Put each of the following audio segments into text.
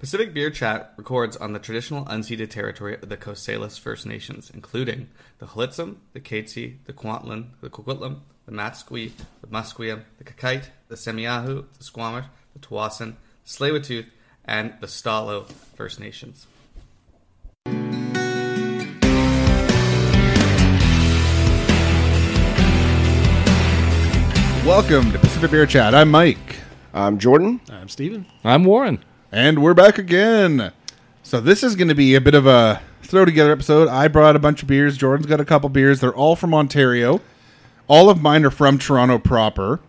Pacific Beer Chat records on the traditional unceded territory of the Coast Salish First Nations, including the Halitsum, the Catesy, the Kwantlen, the Coquitlam, the Matsqui, the Musqueam, the Kakite, the Semiahu, the Squamish, the Tawasin, the tsleil and the Stalo First Nations. Welcome to Pacific Beer Chat. I'm Mike, I'm Um, Jordan. I'm Steven. I'm Warren. and we're back again. So this is going to be a bit of a throw together episode. I brought a bunch of beers. Jordan's got a couple beers. They're all from Ontario. All of mine are from Toronto proper.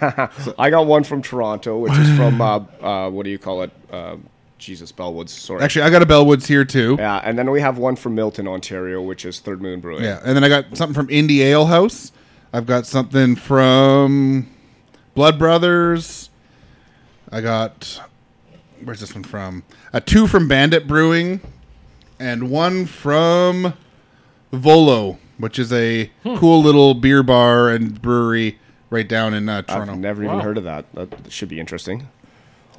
I got one from Toronto, which is from uh, uh, what do you call it? Uh, Jesus Bellwoods. Sorry. Actually, I got a Bellwoods here too. yeah, and then we have one from Milton, Ontario, which is Third Moon Brewing. Yeah, and then I got something from Indie Ale House. I've got something from Blood Brothers. I got where's this one from? A two from Bandit Brewing, and one from Volo, which is a Hmm. cool little beer bar and brewery right down in uh, I've Toronto. never even heard of that. That should be interesting.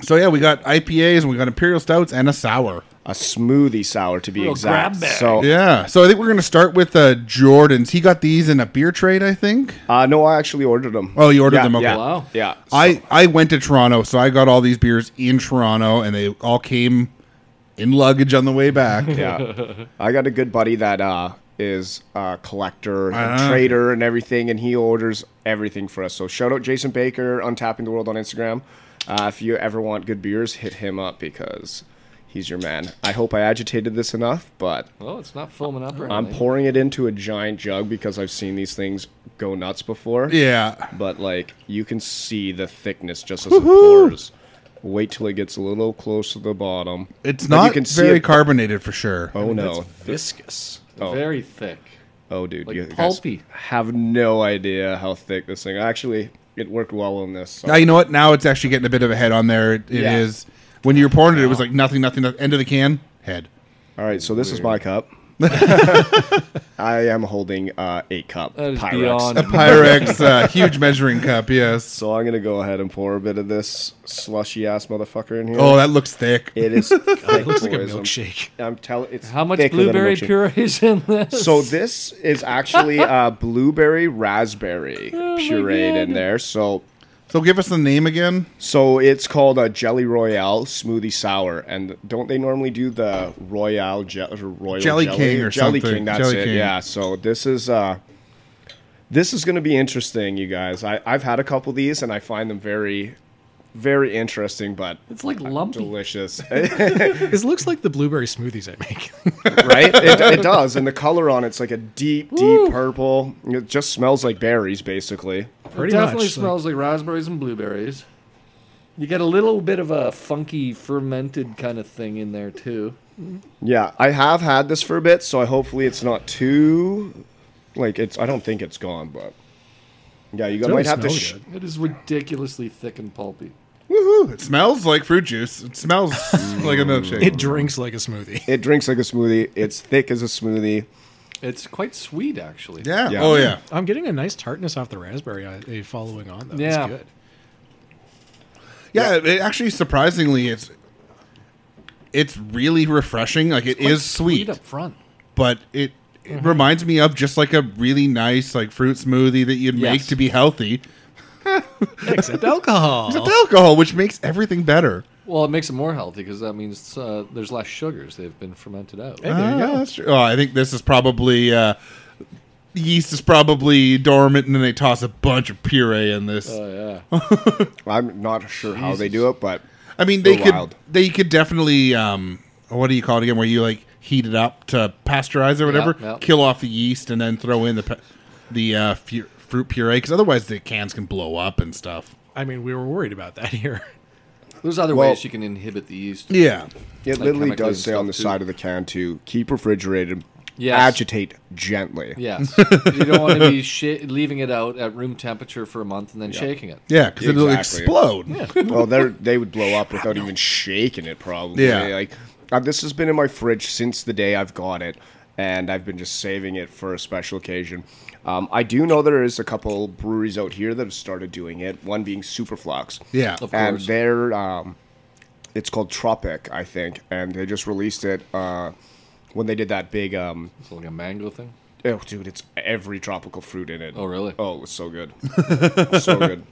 so yeah, we got IPAs and we got imperial stouts and a sour. A smoothie sour, to be Little exact. grab bag. So, Yeah, so I think we're gonna start with uh, Jordan's. He got these in a beer trade, I think. uh, no, I actually ordered them. Oh, you ordered Yeah, them? Okay. Yeah, Wow. Yeah. I, I went to Toronto, so I got all these beers in Toronto, and they all came in luggage on the way back. yeah. I got a good buddy that uh, is a collector and Ah. trader and everything, and he orders everything for us. So shout out Jason Baker, Untapping the World on Instagram. Uh, if you ever want good beers, hit him up because he's your man. I hope I agitated this enough, but Well, it's not foaming up or I'm anything. pouring it into a giant jug because I've seen these things go nuts before. Yeah. But like you can see the thickness just as it pours. Wait till it gets a little close to the bottom. It's But you not can see very it- carbonated for sure. Oh no! Viscous. Oh. Very thick. Oh, dude, Like you guys pulpy. have no idea how thick this thing. Actually, it worked well on this. so- Now, you know what? Now it's actually getting a bit of a head on there. It, it Yeah. is- When you were pouring it, it was like nothing, nothing, nothing. End of the can, head. All right, so this is my cup. I am holding uh, a cup That is Pyrex. beyond. Pyrex, uh, huge measuring cup, yes. So I'm gonna go ahead and pour a bit of this slushy ass motherfucker in here. Oh, that looks thick. it is. It looks like a boys. I'm- milkshake. I'm telling. It's How much thicker than a blueberry milkshake. puree is in this? So this is actually uh, blueberry raspberry Oh pureed in there. So So give us the name again. So it's called a Jelly Royale Smoothie Sour, and don't they normally do the Royale Je- or Royal Jelly King or Jelly something. King? That's Jelly it. King. Yeah. So this is uh, this is going to be interesting, you guys. I, I've had a couple of these, and I find them very, very interesting, but it's like lumpy. delicious, This looks like the blueberry smoothies I make. right? It, it does, and the color on it's like a deep, deep purple. It just smells like berries, basically. Pretty it definitely much. smells like raspberries and blueberries. You get a little bit of a funky fermented kind of thing in there too. Yeah, I have had this for a bit, so I hopefully it's not too like it's. I don't think it's gone, but yeah, you It might have to. smells Sh- good. It is ridiculously thick and pulpy. Woohoo! It smells like fruit juice. It smells like a milkshake. It drinks like a smoothie. it drinks like a smoothie. It's thick as a smoothie. It's quite sweet actually. yeah. Yeah. Oh, yeah. I'm getting a nice tartness off the raspberry I, uh, following on, though. Yeah. It's good. Yeah, it actually surprisingly it's it's really refreshing. Like it Quite is sweet, up front. but it, it reminds me of just like a really nice like fruit smoothie that you'd make Yes. to be healthy. Except alcohol. With alcohol, which makes everything better. Well, it makes it more healthy because that means uh, there's less sugars. They've been fermented out. Hey, there you Ah, go. that's true. Oh, I think this is probably uh, yeast is probably dormant, and then they toss a bunch of puree in this. Oh yeah. I'm not sure how they do it, but I mean, they They're could wild. they could definitely um, what do you call it again? Where you like heat it up to pasteurize or whatever, yep. kill off the yeast, and then throw in the pa- the uh, fu- fruit puree because otherwise the cans can blow up and stuff. I mean, we were worried about that here. There's other Well- ways you can inhibit the yeast. Yeah. It Like literally chemicals does and say on the stuff, too. side of the can to keep refrigerated, Yes. agitate gently. Yes. you don't want to be sh- leaving it out at room temperature for a month and then shaking it. Yeah, because it'll Exactly. explode. well, they they would blow up without even shaking it, probably. Yeah. Like uh, this has been in my fridge since the day I've got it, and I've been just saving it for a special occasion. Um, I do know there is a couple breweries out here that have started doing it. One being Superflux. Yeah. Of and course. they're um, it's called Tropic, I think, and they just released it uh, when they did that big. Um, It's like a mango thing. oh, dude, it's every tropical fruit in it. Oh, really? Oh, it was so good. so good.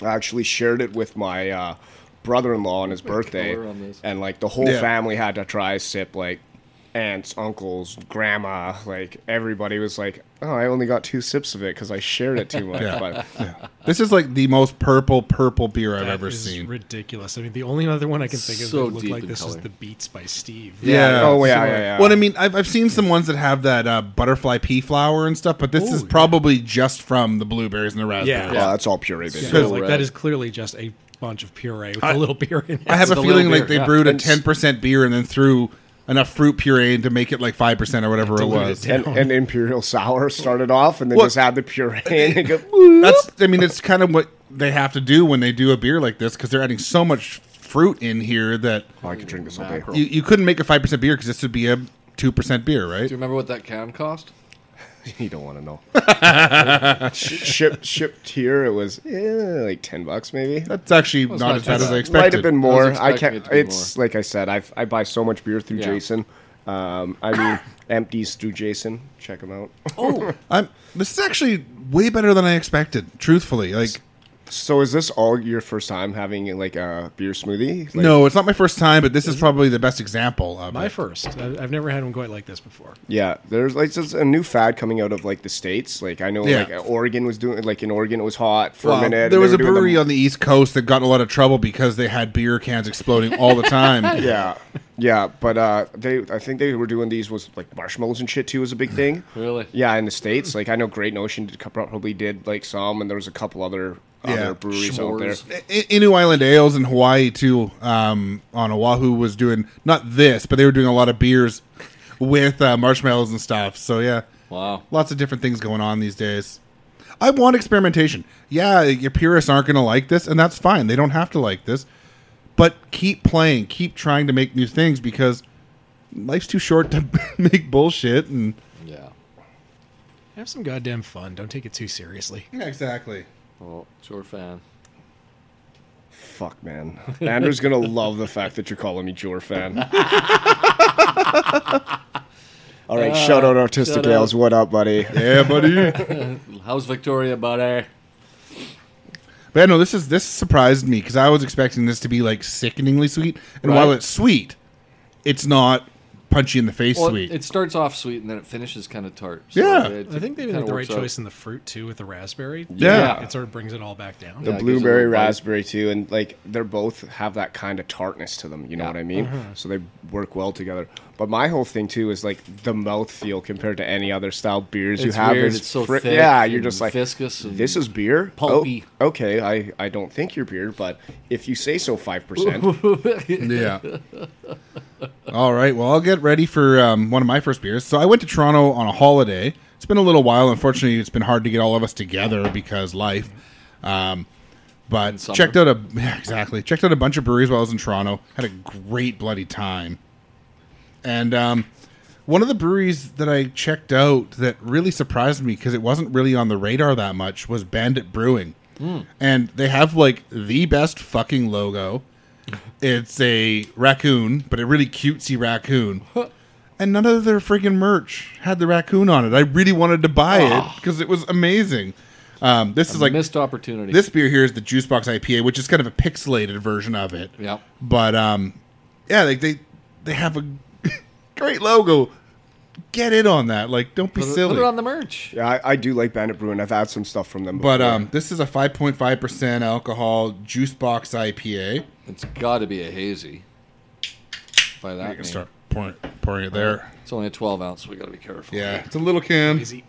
I actually shared it with my uh, brother in law on his birthday. color on this? And like the whole Yeah. family had to try a sip, like aunts, uncles, grandma, like everybody was like, oh, I only got two sips of it because I shared it too much. Yeah. But This is like the most purple, purple beer I've That ever is seen. ridiculous. I mean, the only other one I can think of So that looked deep like in this is color. the Beats by Steve. Yeah. oh, yeah, yeah, yeah. Well, I mean, I've, I've seen some ones that have that uh, butterfly pea flower and stuff, but this Oh, is yeah. probably just from the blueberries and the raspberries. Well, that's all puree, baby. Yeah, like red. that is clearly just a bunch of puree with a little beer in it. I have a the feeling little like beer, they yeah. brewed a And s- 10% beer and then threw enough fruit puree in to make it like 5% or whatever it Diluted was. it And, and imperial sour started off, and then Well- just had the puree. And it go, That's, I mean, it's kind of what they have to do when they do a beer like this because they're adding so much fruit in here that oh, I could drink this all day. you, you couldn't make a 5% beer because this would be a 2% beer, right? Do you remember what that can cost? You don't want to know. Sh- Ship shipped here, it was eh, like ten bucks maybe. That's actually not, not as bad too as I bad. Might expected. have been more. I, expecting can't. it to be It's like I said. I I buy so much beer through Yeah. Jason. Um, I mean empties through Jason. Check them out. Oh. I'm, this is actually way better than I expected, truthfully. Like, So is this all your first time having like a beer smoothie? Like, no, it's not my first time, but this is probably the best example of My it. first. I- I've never had one quite like this before. Yeah, there's like just a new fad coming out of like the states. Like I know Yeah. like Oregon was doing like in Oregon it was hot for Well, a minute. there and was they a were doing brewery them- on the East Coast that got in a lot of trouble because they had beer cans exploding all the time. Yeah, yeah, but uh, they I think they were doing these was like marshmallows and shit too was a big thing. Really? Yeah, in the states, like I know Great Notion did, probably did like some, and there was a couple other Yeah. other breweries out there. S'mores. I- Inu Island Ales in Hawaii too. Um, on Oahu was doing not this, but they were doing a lot of beers with uh, marshmallows and stuff. So yeah, Wow. lots of different things going on these days. I want experimentation. Yeah, your purists aren't going to like this, and that's fine. They don't have to like this, but keep playing, keep trying to make new things because life's too short to make bullshit. And Yeah. Have some goddamn fun. Don't take it too seriously. yeah, exactly. Well, it's your fan. Fuck man, Andrew's gonna love the fact that you're calling me Jor fan. All right, shout out Artistic Uh, shout out. Ales. What up, buddy? Yeah, buddy. How's Victoria, buddy? But yeah, no, this is this surprised me because I was expecting this to be like sickeningly sweet. And Right. while it's sweet, it's not punchy in the face Well, sweet. it starts off sweet and then it finishes kind of tart. Yeah. it- I think they kinda made the right works out. choice in the fruit too with the raspberry. Yeah. It sort of brings it all back down. the Yeah, it gives it a blueberry little bite. raspberry too and like they're both have that kind of tartness to them you know what i mean Mm-hmm. so they work well together but my whole thing too is like the mouthfeel compared to any other style beers you It's have weird, is it's so fri- thick yeah you're and just like viscous and this is beer Oh, pulpy. okay i i don't think you're beer but if you say so five percent yeah. All right. Well, I'll get ready for um, one of my first beers. So I went to Toronto on a holiday. It's been a little while. Unfortunately, it's been hard to get all of us together because life. Um, but summer. checked out a yeah, exactly checked out a bunch of breweries while I was in Toronto. Had a great bloody time. And um, one of the breweries that I checked out that really surprised me because it wasn't really on the radar that much was Bandit Brewing. And they have like the best fucking logo. It's a raccoon, but a really cutesy raccoon. And none of their freaking merch had the raccoon on it. I really wanted to buy Ah. it because it was amazing. Um, this is like missed opportunity. this beer here is the Juice Box IPA, which is kind of a pixelated version of it. Yep. But um, yeah, like they they have a great logo. Get it on that. Like, don't be put, it, silly. put it on the merch. yeah, I, I do like bandit brew and i've had some stuff from them but before. um, this is a 5.5% alcohol Juice Box IPA. It's got to be a hazy. By that, You can mean. start pouring, pouring it there. it's only a 12 ounce. We got to be careful. Yeah, it's a little can. Easy.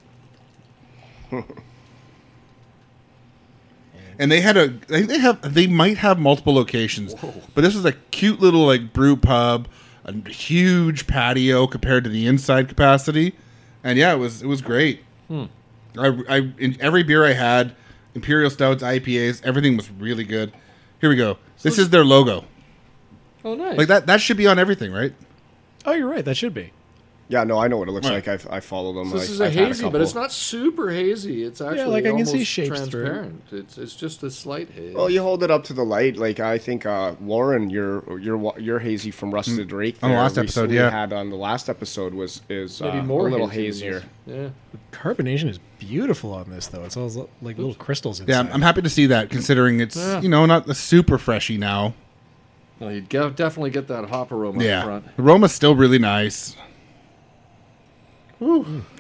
and they had a they, they have they might have multiple locations but this is a cute little like brew pub a huge patio compared to the inside capacity and yeah it was it was great I, I in every beer i had imperial stouts ipas everything was really good here we go this is their logo Oh, nice. like that that should be on everything right Oh, you're right. That should be. Yeah, no, I know what it looks Right. like. I've, I follow them. So this I, is a I've had hazy, but it's couple. not super hazy. It's actually like, I can see almost shapes through it. transparent. It's it's just a slight haze. Well, you hold it up to the light. Like I think uh, Lauren, your your wa- your hazy from Rusted Drake. Mm. On the there last episode, recently yeah. had on the last episode was is uh, maybe more a little hazy than hazier. this. Carbonation is beautiful on this, though. It's all li- like little crystals yeah inside. i'm, I'm happy to see that considering it's Yeah. you know not the super freshy now Yeah. Well, you'd go, definitely get that hop aroma up yeah front. the aroma's still really nice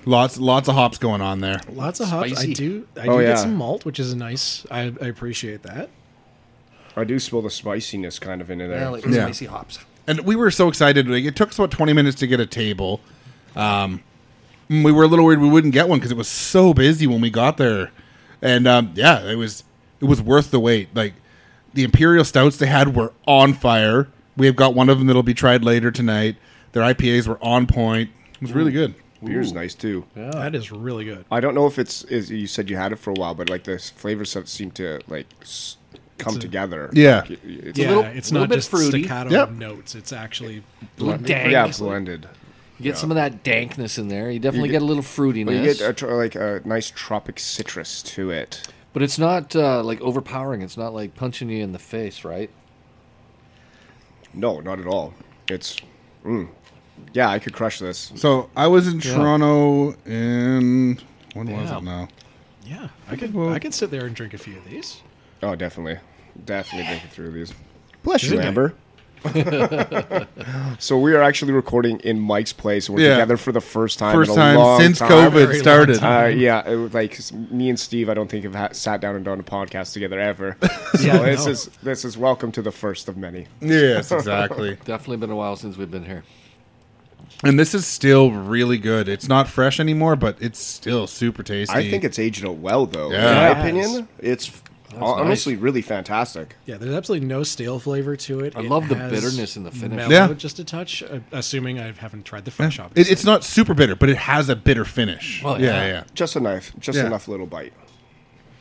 lots lots of hops going on there Lots of hops. Spicy. I do. I Oh, do yeah. get some malt, which is nice. I, I appreciate that. I do smell the spiciness kind of into there. Yeah, like Yeah. spicy hops. and we were so excited. Like, it took us about twenty minutes to get a table. Um, and we were a little worried we wouldn't get one because it was so busy when we got there. And um, yeah, it was it was worth the wait. Like the imperial stouts they had were on fire. We have got one of them that'll be tried later tonight. Their IPAs were on point. It was really good. Beer's nice too. Oh. That is really good. I don't know if it's is you said you had it for a while, but like the s- flavors have seemed to like s- come together. Yeah. Like, it- it's yeah, little- it's little not bit just fruity. staccato Yep. notes. It's actually Blend- yeah, blended. You get some of that dankness in there. You definitely get- get, a little fruitiness, But you get a, tr- like a nice tropic citrus to it. but it's not uh, like overpowering. It's not like punching you in the face, right? No, not at all. It's, mm. yeah, I could crush this. So I was in Toronto in when was Yeah. it now? yeah. I could I could sit there and drink a few of these. Oh, definitely, definitely drink it through these. Bless Isn't it? so we are actually recording in Mike's place. We're Yeah. together for the first time. First in a long time since time. COVID long started. Uh, yeah, it was like s- me and Steve, I don't think have ha- sat down and done a podcast together ever. So Yeah, this no. is this is welcome to the first of many. Yes, exactly. Definitely been a while since we've been here. And this is still really good. It's not fresh anymore, but it's still super tasty. I think it's aged out well, though. Yeah. In my opinion, it's f- honestly really fantastic. Yeah, there's absolutely no stale flavor to it. I It love the has bitterness in the finish. mellow Yeah. just a touch. uh, Assuming I haven't tried the fresh yeah. It, it's not super bitter, but it has a bitter finish. Well, yeah, yeah. yeah. Just a knife, just Yeah. enough little bite.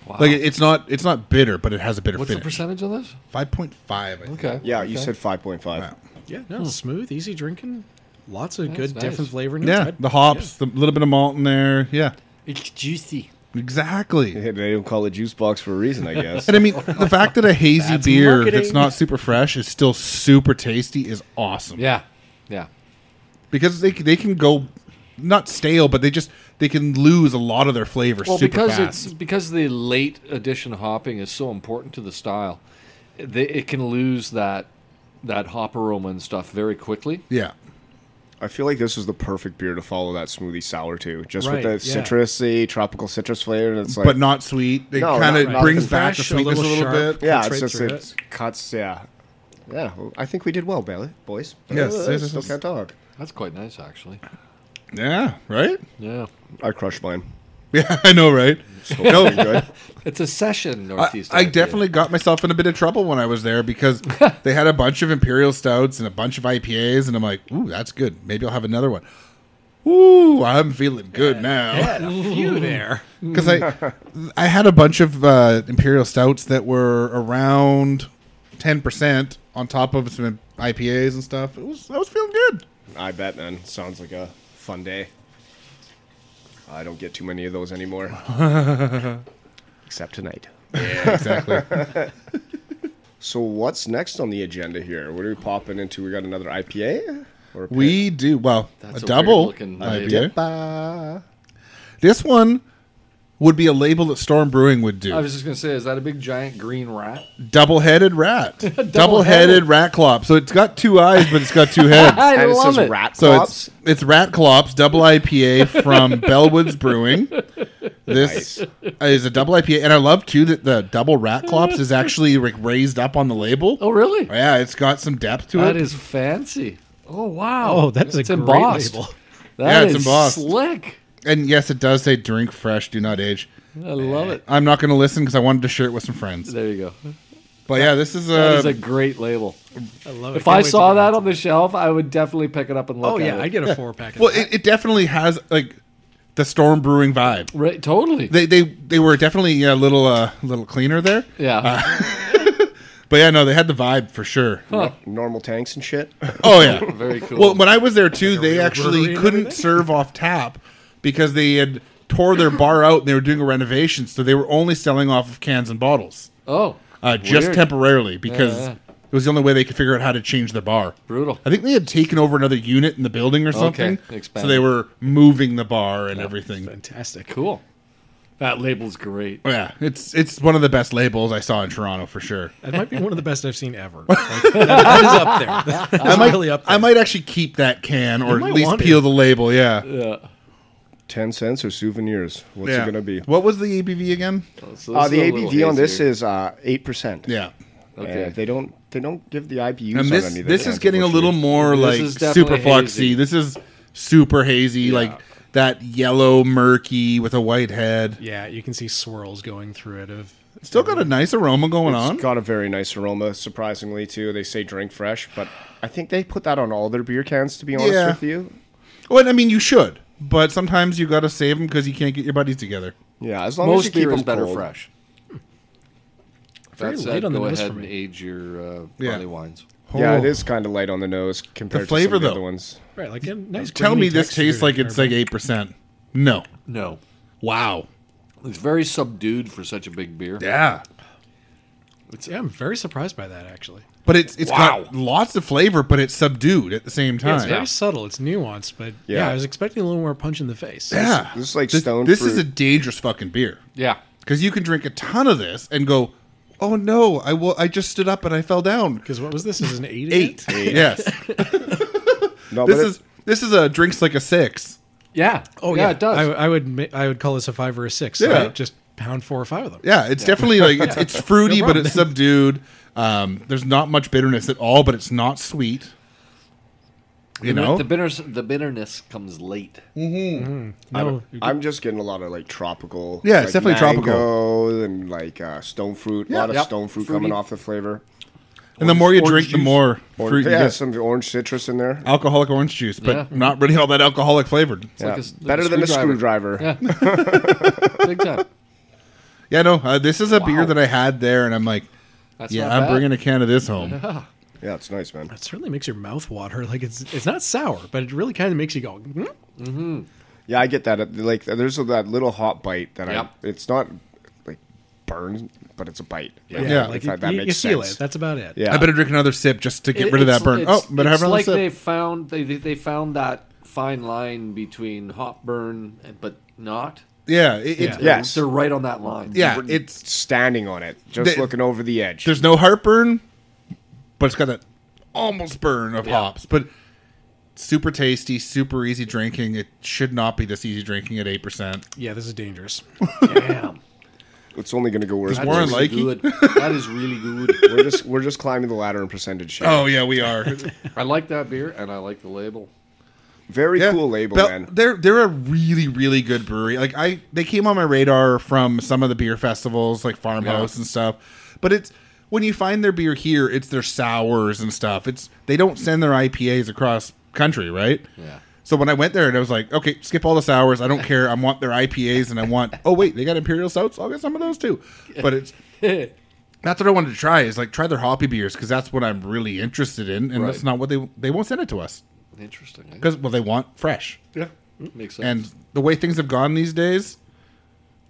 Wow. Like it, it's not it's not bitter, but it has a bitter What's the finish. percentage of this? Five point five. Okay. Yeah, you Okay. said five point five. Wow. Yeah, Hmm. no, smooth, easy drinking. Lots of That's good nice. different flavor notes. Yeah, I'd- the hops, the little bit of malt in there. Yeah, it's juicy. exactly. They don't call it juice box for a reason, I guess. And I mean, the fact that a hazy That's beer marketing. that's not super fresh is still super tasty is awesome. Yeah. Yeah. because they c- they can go not stale, but they just they can lose a lot of their flavor. Well, super because fast. it's because the late addition hopping is so important to the style, it, they- it can lose that that hop aroma and stuff very quickly. yeah. I feel like this is the perfect beer to follow that smoothie sour to, just Right, with the yeah. citrusy tropical citrus flavor. And it's like, but not sweet. It No, kind not- of not brings nothing back the fresh, a sweetness a little little, sharp. bit. yeah, cuts it's right just through it, it. cuts. Yeah, yeah. well, I think we did well, Bailey, boys. Yes, Uh, yes, yes, still yes. can't talk. That's quite nice, actually. Yeah, right. Yeah, I crushed mine. Yeah, I know, right? No, Good. it's a session I, northeast. I IPA. definitely got myself in a bit of trouble when I was there because they had a bunch of imperial stouts and a bunch of IPAs, and I'm like, "Ooh, that's good. Maybe I'll have another one." Ooh, I'm feeling good now had a few there. because I I had a bunch of uh, imperial stouts that were around ten percent on top of some IPAs and stuff. It was I was feeling good. I bet, man. Sounds like a fun day. I don't get too many of those anymore, except tonight. Yeah, exactly. So what's next on the agenda here? What are we popping into? We got another IPA. Or a pale We do well That's a a weird double looking IPA. ale? This one would be a label that Storm Brewing would do. I was just gonna say, is that a big giant green rat? Double-headed rat. Double-headed rat clop. So it's got two eyes, but it's got two heads. I and it love says it. rat So Pops. it's it's rat clops, double IPA from Bellwoods Brewing. This is a double IPA, and I love too that the double rat clops is actually like raised up on the label. Oh, really? Yeah, it's got some depth to That it. is fancy. Oh wow. Oh, that is a It's great embossed. label. That Yeah, it's is embossed. slick. And yes, it does say drink fresh, do not age. I love it. I'm not going to listen because I wanted to share it with some friends. There you go. But yeah, this is That is a, a great label. I love it. If Can't I wait to saw get that it. on the shelf, I would definitely pick it up and look oh at yeah, it. I get a four pack. Of well, that. it, it definitely has like the storm brewing vibe. Right, totally. They they they were definitely a little uh, little cleaner there. yeah. But yeah, no, they had the vibe for sure. Normal tanks and shit. Oh yeah, Uh, Very cool. Well, when I was there too, they real actually brewery and couldn't serve off tap because they had tore their bar out and they were doing a renovation, so they were only selling off of cans and bottles, oh, uh, just Weird. temporarily because Yeah. it was the only way they could figure out how to change the bar. brutal. I think they had taken over another unit in the building or something, so expanded. they were moving the bar and everything. fantastic. Cool. That label's great. Yeah, it's it's one of the best labels I saw in Toronto for sure. That might be one of the best I've seen ever. Like, that- that is up there. That is I might really up there. I might actually keep that can or at might least want peel it. the label. Yeah, 10 cents or souvenirs? What's Yeah. it going to be? What was the ABV again? So Uh, this the is a little ABV on this hazier. is uh, 8%. Yeah. Okay. Uh, they don't they don't give the IBUs and on this any of the this is cans, getting a little unfortunately. more This like is super definitely foxy. hazy. This is super hazy, like that yellow murky with a white head. yeah, you can see swirls going through it. Of Still got a nice aroma going on. It's got a very nice aroma, surprisingly too. They say drink fresh, but I think they put that on all their beer cans. To be honest Yeah. with you, well, I mean, you should, but sometimes you got to save them because you can't get your buddies together. yeah. As long as you Most keep beer is them better cold. fresh. That Very light said, on the go nose ahead for and me. age your uh, Yeah. barley wines. Yeah, Oh. it is kind of light on the nose compared flavor, to some of the though. other ones. right, like a nice. Tell grainy me this texture tastes to like it. it's like eight percent. No. No, Wow. it's very subdued for such a big beer. Yeah. Yeah, I'm very surprised by that actually. But it's it's Wow. got lots of flavor, but it's subdued at the same Yeah, it's time. very subtle. It's nuanced, but yeah. Yeah. I was expecting a little more punch in the face. Yeah. This is like stone This fruit. is a dangerous fucking beer. Yeah. because you can drink a ton of this and go, "Oh no, I will, I just stood up and I fell down." Because what was this? It was an eight. again? Eight, yes. No, this but it- is this is a drinks like a six. Yeah. Oh yeah, it does. I, I would ma- I would call this a five or a six. Yeah. right? just pound four or five of them. Yeah, it's definitely like it's, it's fruity, No but problem. it's subdued. Um, there's not much bitterness at all, but it's not sweet. You know, the bitters, the bitterness comes late. No, I'm just getting a lot of like tropical. Yeah, like, it's definitely tropical. mango and like uh, stone fruit. a lot of Yep. stone fruit Fruity. coming off the flavor. and the more you orange drink, the juice. more Or, fruit. you yeah, get. some orange citrus in there. alcoholic orange juice, but Yeah. not really all that alcoholic flavored. Yeah. like a s- like a better than a screwdriver. screwdriver. Big time. Yeah, no, uh, this is a beer Wow. that I had there, and I'm like, That's yeah, not I'm bad. bringing a can of this home. yeah, it's nice, man. it certainly makes your mouth water. Like it's it's not sour, but it really kind of makes you go. "Hmm?" Yeah, I get that. Uh, Like, there's that little hot bite that Yep. I. It's not like burn, but it's a bite. Like, Yeah. like if you, that, that you- you makes feel sense. it. That's about it. yeah, I better drink another sip just to get It- rid of that it's- burn. it's- Oh, better have it's another like sip. they found they they- they found that fine line between hot burn and- but not. Yeah, it, it's Yeah. Yes. They're right on that line. yeah, it's standing on it, just They- looking over the edge. there's no heartburn, but it's got that almost burn of hops, but super tasty, super easy drinking. It should not be this easy drinking at eight percent. Yeah, this is dangerous. Damn. It's only going to go worse. There's That's more We're Warren really Leakey? good. That is really good. just we're just climbing the ladder in percentage. Share. Oh yeah, we are. I like that beer and I like the label. very Yeah. cool label, Bel- man. They're they're a really really good brewery. Like I, they came on my radar from some of the beer festivals, like Farmhouse and stuff. But it's when you find their beer here, it's their sours and stuff. It's they don't send their IPAs across country, right? Yeah. So when I went there and I was like, okay, skip all the sours. I don't care. I want their IPAs and I want. Oh wait, they got imperial stouts. I'll get some of those too. But it's that's what I wanted to try is like try their hoppy beers because that's what I'm really interested in, and that's Right. not what they they won't send it to us Interesting. eh? because well they want fresh. yeah. Makes sense. And the way things have gone these days,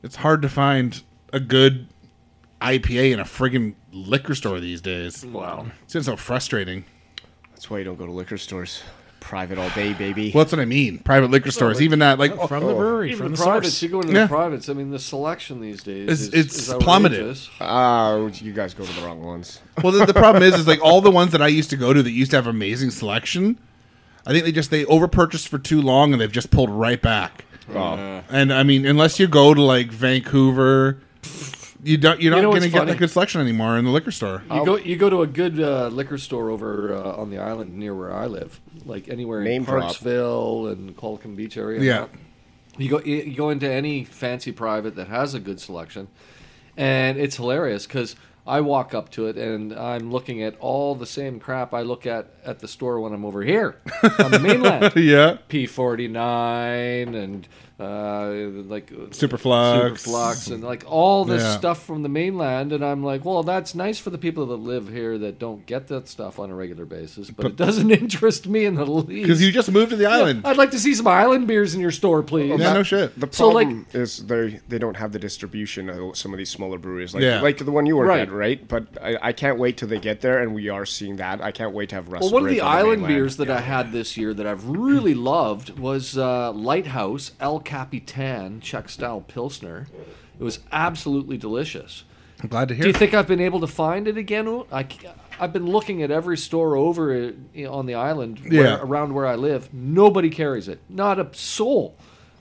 it's hard to find a good IPA in a friggin' liquor store these days. wow. It's just so frustrating. That's why you don't go to liquor stores. Private all day, baby. Well, that's what I mean. Private liquor stores, even that, like, Oh. From the brewery, Even from the, the, privates, source. you go into Yeah. the privates. I mean, the selection these days It's- is, it's is plummeted. outrageous. Ah, you guys go to the wrong ones. well, the, the problem is, is like all the ones that I used to go to that used to have amazing selection. I think they just they overpurchased for too long and they've just pulled right back. Oh. And I mean, unless you go to like Vancouver, you don't you're not you are not know going what's to get funny? Oh, that good selection anymore in the liquor store. You go, you go to a good uh, liquor store over uh, on the island near where I live, like anywhere Name in drop. Parksville and Qualicum Beach area. and Yeah. that. You go you you go into any fancy private that has a good selection, and it's hilarious because I walk up to it and I'm looking at all the same crap I look at at the store when I'm over here on the mainland. Yeah. P49 and uh, like Superflux. Superflux and like all this Yeah. stuff from the mainland and I'm like, well, that's nice for the people that live here that don't get that stuff on a regular basis, but, it doesn't interest me in the least. Because you just moved to the island. I'd like to see some island beers in your store, please. yeah, no shit. The So, like- problem is they they don't have the distribution of some of these smaller breweries, like Yeah. like the one you work Right. at, right? But I, I can't wait till they get there, and we are seeing that. I can't wait to have Rust. Well, one of Brit the on island mainland. beers that I had this year that I've really loved was uh, Lighthouse El Capitan Czech style Pilsner. It was absolutely delicious. I'm glad to hear Do you it. think I've been able to find it again? O- I, have been looking at every store over uh, you know, on the island where, Yeah. around where I live. Nobody carries it, not a soul.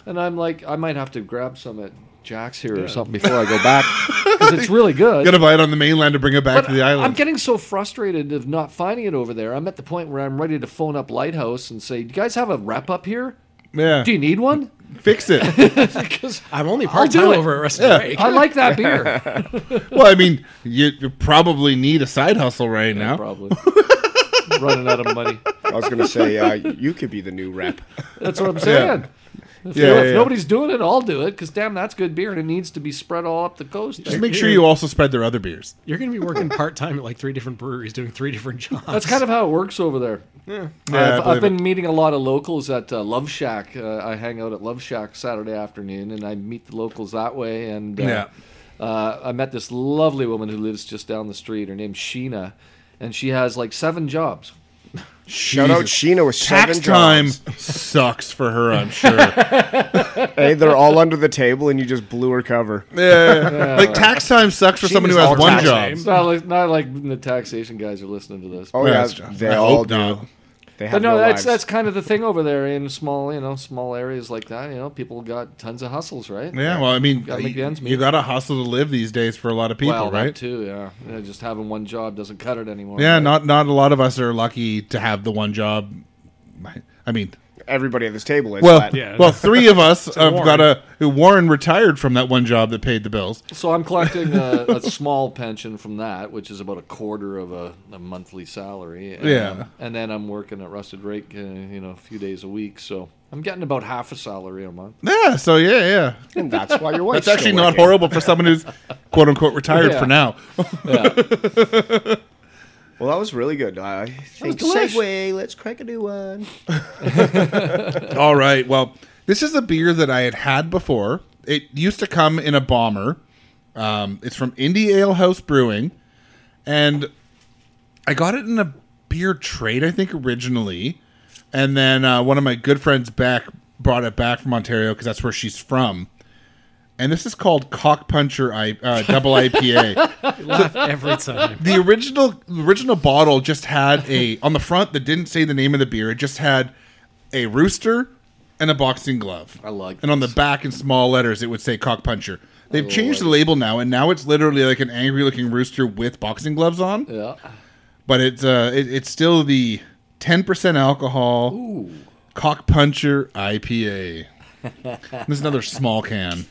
And I'm like, I might have to grab some at Jack's here or something before I go back because it's really good. Gotta buy it on the mainland to bring it back But to the I- island. I'm getting so frustrated of not finding it over there. I'm at the point where I'm ready to phone up Lighthouse and say, "Do you guys have a wrap up here? yeah. Do you need one?" Fix it. 'Cause I'm only I'll part do time it. over at Rusty yeah. Drake. I like that beer. well, I mean, you, you probably need a side hustle right now. Probably running out of money. I was gonna say uh, you could be the new rep. That's what I'm saying. If, Yeah, yeah, if yeah. nobody's doing it, I'll do it because damn, that's good beer and it needs to be spread all up the coast. Just make sure you also spread their other beers. You're going to be working part time at like three different breweries doing three different jobs. That's kind of how it works over there. Yeah, I I've, I've believe been meeting a lot of locals at uh, Love Shack. Uh, I hang out at Love Shack Saturday afternoon, and I meet the locals that way. And uh, Yeah. uh, I met this lovely woman who lives just down the street. Her name's Sheena, and she has like seven jobs. Shout out Jesus. Sheena with Tax seven time jobs. sucks for her, I'm sure. Hey, they're all under the table, and you just blew her cover. Yeah. like tax time sucks for someone who knows has all one tax job. names. It's not like not like the taxation guys are listening to this. Oh Yeah, yeah, that's true. they I all hope do. not. They have But no, no that's lives. that's kind of the thing over there in small, you know, small areas like that. You know, people got tons of hustles, right? Yeah, well, I mean, Gotta make the you, ends meet. you gotta hustle to live these days for a lot of people, well, that right? too. Yeah. yeah, just having one job doesn't cut it anymore. Yeah, right? not not a lot of us are lucky to have the one job. I mean, everybody at this table is. well, but- Yeah. well, three of us have Warren. got a Warren retired from that one job that paid the bills. So I'm collecting a, a small pension from that, which is about a quarter of a, a monthly salary. And, Yeah. um, and then I'm working at Rusted Rake, uh, you know, a few days a week. So I'm getting about half a salary a month. Yeah, so yeah, yeah, and that's why your wife's that's actually still not working. horrible for someone who's quote unquote retired Yeah. for now. Yeah. Well, that was really good. I think delish. segue. Let's crack a new one. All right, well, this is a beer that I had had before. It used to come in a bomber. Um, it's from Indie Ale House Brewing, and I got it in a beer trade, I think, originally. And then uh, one of my good friends back brought it back from Ontario because that's where she's from. And this is called Cock Puncher I, uh, Double IPA. laugh every time. the original the original bottle just had a on the front that didn't say the name of the beer. It just had a rooster and a boxing glove. I like And on the this. back in small letters, it would say "Cock Puncher." They've changed the label now, and now it's literally like an angry looking rooster with boxing gloves on yeah. but it's uh it, it's still the 10% alcohol cock puncher IPA. this is another small can.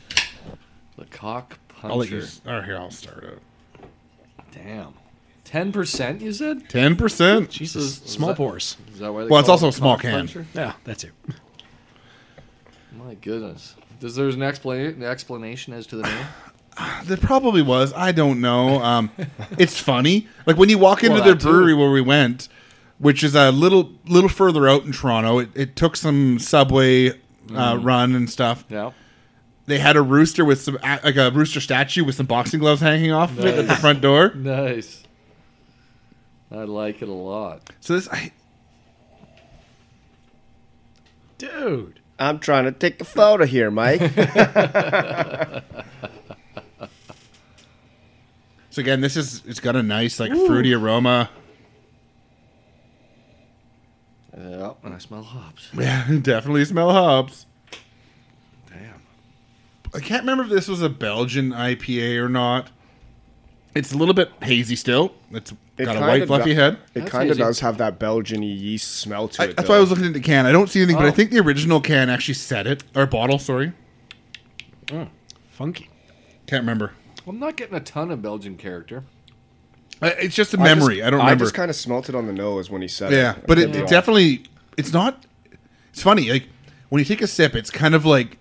The cock puncher. I'll let you s- or here I'll start it. Damn. 10%, you said? 10%. Jesus, Is- is small that- pours. Is that why they Well, it's call also it a small cock can. puncher? Yeah, that's it. My goodness. Does there's an explanation explanation as to the name? There probably was. I don't know. Um, it's funny. Like when you walk into Well, their that too. brewery where we went, which is a little little further out in Toronto. It, it took some subway uh, run and stuff. Mm. Yeah. They had a rooster with some a- like a rooster statue with some boxing gloves hanging off of it at the front door. Nice. I like it a lot. So this I, Dude. I'm trying to take a photo here, Mike. So again, this is it's got a nice like fruity aroma. Yeah, and I smell hops. Yeah, definitely smell hops. Damn. I can't remember if this was a Belgian IPA or not. It's a little bit hazy still. It's It Got a kinda white fluffy do- head. It That's kind of easy. does have that Belgian yeast smell to I, it. that's though. why I was looking at the can. I don't see anything, but I Oh. think the original can actually said it or bottle. Sorry, Funky. can't remember. I'm not getting a ton of Belgian character. I, it's just a I just- memory. I don't remember. I just kind of smelt it on the nose when he said yeah, it. but I it, could be it wrong. definitely it's not. It's funny, like when you take a sip, it's kind of like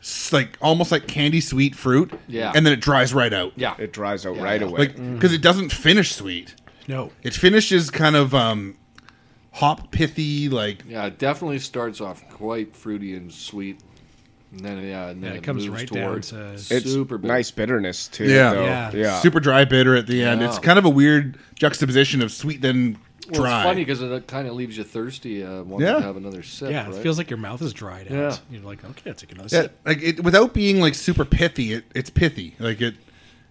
s- like almost like candy sweet fruit. Yeah. and then it dries right out. Yeah. it dries out right yeah. away. like mm-hmm. because it doesn't finish sweet. No. It finishes kind of um hop pithy, like Yeah, it definitely starts off quite fruity and sweet. And then yeah, and then Yeah, it it comes moves right down towards to- it's super bitter. nice bitterness too. Yeah. though. Yeah. yeah. super dry bitter at the end. It's Yeah. kind of a weird juxtaposition of sweet then Well, dry. it's funny because it kind of leaves you thirsty, uh, wanting Yeah. to have another sip. Yeah, right? it feels like your mouth is dried out. Yeah. You're like, okay, I'll take another Yeah, sip. like it, without being like super pithy, it, it's pithy. Like it,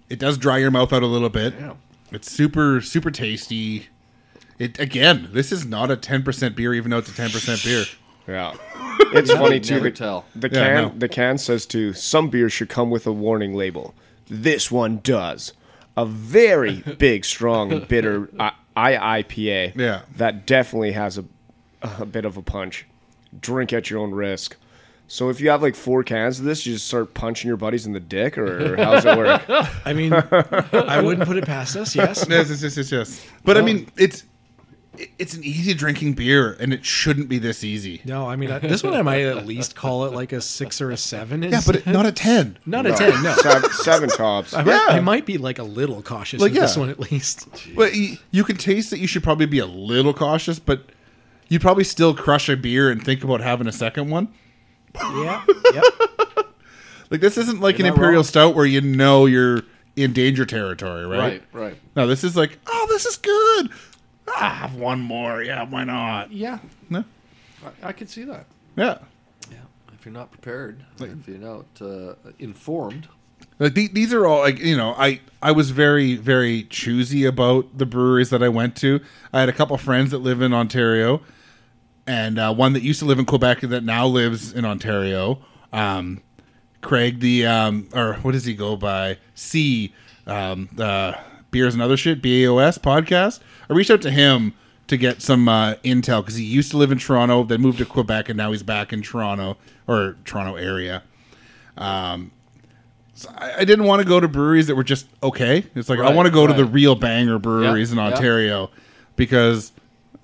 it does dry your mouth out a little bit. Yeah. It's super super tasty. It again, this is not a ten percent beer, even though it's a ten percent beer. Yeah. It's funny too. never The, tell. the Yeah, can no. the can says too. Some beers should come with a warning label. This one does. A very big, strong, and bitter I- IIPA. Yeah. That definitely has a a bit of a punch. Drink at your own risk. So if you have like four cans of this, you just start punching your buddies in the dick, or how's it work? I mean, I wouldn't put it past us, yes. yes, yes, yes, yes, yes. But I mean, it's it- it's an easy drinking beer, and it shouldn't be this easy. No, I mean, I, this one I might at least call it like a six or a seven. Yeah, but it, not a ten. not a 10, no. Seven, seven tops. I, might, Yeah. I might be like a little cautious Like, with this yeah. one at least. But you, you can taste that you should probably be a little cautious, but you probably still crush a beer and think about having a second one. Yeah. Like this isn't like You're an not imperial wrong. stout where you know you're in danger territory, right? right, right. No, this is like, oh, this is good. Ah, have one more. Yeah, why not? Yeah, No. I, I could see that. Yeah. Yeah, if you're not prepared, if you're not uh, informed, Like the, these are all like you know I I was very very choosy about the breweries that I went to. I had a couple friends that live in Ontario, and uh, one that used to live in Quebec that now lives in Ontario. Um, Craig the um or what does he go by? C um the beers and other shit BAOS podcast. I reached out to him to get some uh, intel because he used to live in Toronto, then moved to Quebec, and now he's back in Toronto or Toronto area. Um, I, I didn't want to go to breweries that were just okay. It's like I Right, want to go to right. the real banger breweries Yeah, in yeah. Ontario because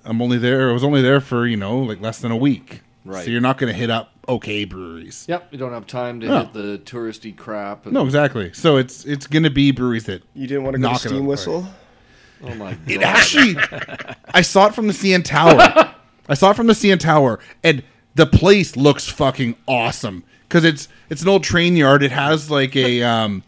I'm only there. I was only there for you know like less than a week. Right. So you're not going to hit up okay breweries. yep, you don't have time to No. hit the touristy crap. And, No, exactly. So it's it's going to be breweries that You didn't want to go to Knock it out of Steam the Whistle. oh my god, it actually. I saw it from the CN Tower. I saw it from the CN Tower, and the place looks fucking awesome because it's it's an old train yard. It has like a um,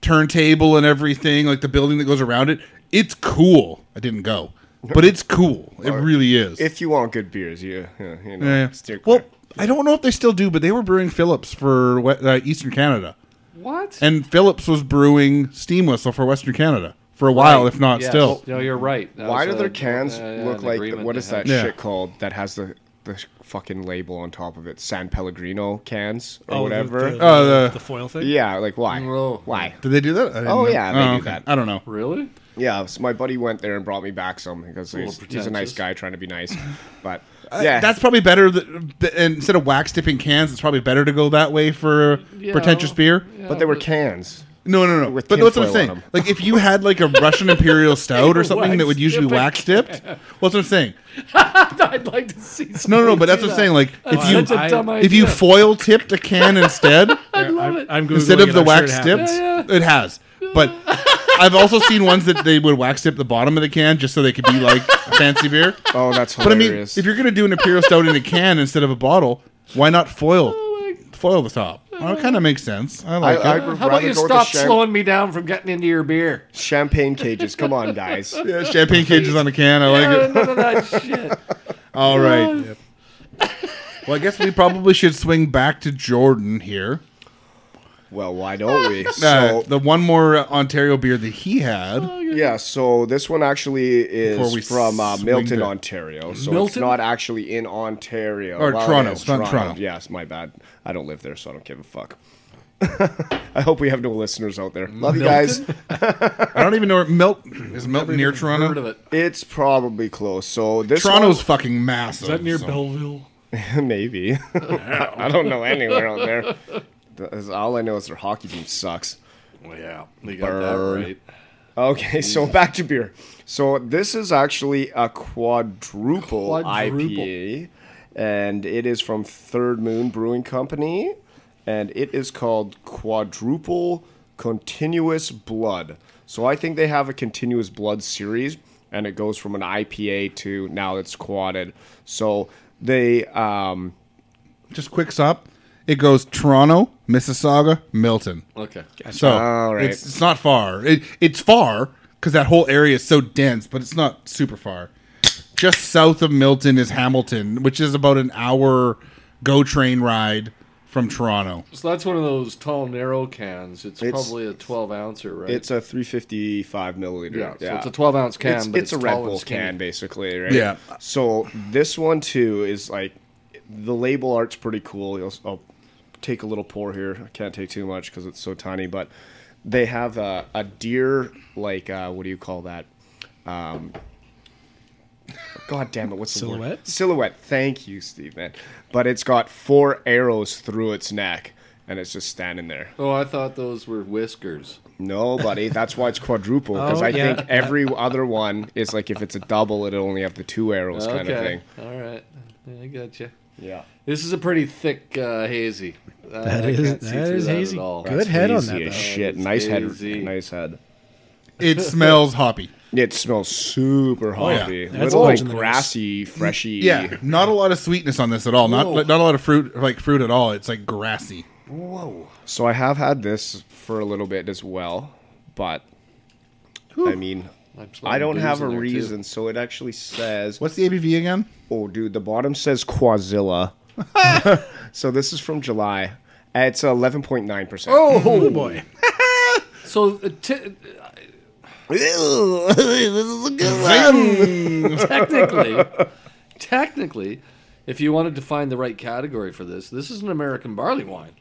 turntable and everything, like the building that goes around it. It's cool. I didn't go, but it's cool. It really is. If you want good beers, you, you know, Yeah. steer clear. well, I don't know if they still do, but they were brewing Phillips for we- uh, Eastern Canada, what? and Phillips was brewing Steam Whistle for Western Canada for a while, if not Yes. still. No, you're right. That Why do was a- their cans uh, yeah, look an like agreement what they is that had. Yeah. shit called that has the the sh- fucking label on top of it? San Pellegrino cans or Oh, the- whatever. Uh, The, Oh, the- the foil thing? yeah, like why? Oh. Why? Did they do that? I didn't Oh, know. yeah, they do okay. that. I don't know. Really? Yeah, so my buddy went there and brought me back some because little he's, he's a nice pretentious. guy trying to be nice. But yeah, Uh, that's probably better. That, th- instead of wax dipping cans, it's probably better to go that way for Yeah. pretentious beer. Yeah, but they were cans. No, no, no. With but that's what I'm tinfoil on saying. 'em. Like if you had like a Russian imperial stout or something that would Wax usually dipping wax dipped. Well, that's what I'm saying. I'd like to see. No, no, no. But that's somebody do what I'm that. saying. Like Wow. if you Such a I- dumb if you idea. foil tipped a can instead I'm, I'm Googling instead of it, the I'm sure wax it happened. dipped, Yeah, it has. But I've also seen ones that they would wax dip the bottom of the can just so they could be like a fancy beer. Oh, that's But I mean, hilarious. if you're gonna do an imperial stout in a can instead of a bottle, why not foil Oh foil the top? Well, it kind of makes sense. I like I, I it. would How about rather you go with stop the cham- slowing me down from getting into your beer? champagne cages. Come on, guys. Yeah, champagne cages on a can. I like Yeah, it. none of that shit. All right. Well, I guess we probably should swing back to Jordan here. Well, why don't we? Uh, So the one more uh, Ontario beer that he Oh, had. Yeah, so this one actually Before we is from uh, swing Milton, to- Ontario. So it's Milton? not actually in Ontario. Or it Toronto, is it's not Toronto. Yes, my bad. I don't live there, so I don't give a fuck. I hope we have no listeners out there. Love you guys. I don't even know where Milton is. Milton near Toronto. Heard of it? It's probably close. So this Toronto's fucking massive. Is that near so- Belleville? one- maybe. I I don't know anywhere out there. That's- All I know is their hockey team sucks. Well, yeah, they got Burn. that right. Okay, so back to beer. So this is actually a quadruple, Quadruple. IPA, and it is from Third Moon Brewing Company, and it is called Quadruple Continuous Blood. So I think they have a continuous blood series, and it goes from an IPA to now it's quadded. So they um, Just quick stop. It goes Toronto, Mississauga, Milton. Okay. So All right. it's, it's not far. It, it's far because that whole area is so dense, but it's not super far. Just south of Milton is Hamilton, which is about an hour go train ride from Toronto. So that's one of those tall, narrow cans. It's, It's- probably a 12 ouncer, right? it's a 355 milliliter. yeah, so it's a 12 ounce can, it's, but it's it's, a Red tall and Bull skinny. can, basically, right? Yeah. So this one too is like the label art's pretty cool. You'll, I'll take a little pour here. I can't take too much because it's so tiny, but they have a, a deer like uh, what do you call that? Um, God damn it! What's the word? Silhouette? Silhouette. Thank you, Steve, man. But it's got four arrows through its neck, and it's just standing there. Oh, I thought those were whiskers. No, buddy. That's why it's quadruple. Because Oh, I yeah. think every other one is like if it's a double, it'll only have the two arrows kind of okay. thing. All right. Yeah, I gotcha. Yeah. This is a pretty thick uh, hazy. Uh, That I is- can't see that through is at hazy. all. Good head on Easy that, as though. shit. That is Nice head. easy. Nice head. It smells hoppy. It smells super yeah. hoppy. Oh, That's Little orange in the Mm. nose. grassy, freshy. Yeah, not a lot of sweetness on this at all. Not not a lot of fruit like fruit at all. It's like grassy. So I have had this for a little bit as well, but I mean, I'm smelling I don't booze have in a there, too. reason. So it actually says. What's the ABV again? Oh, dude, the bottom says Quazilla. so this is from July. It's 11.9%. Oh, boy. So uh, t- technically, technically, if you wanted to find the right category for this, this is an American barley wine.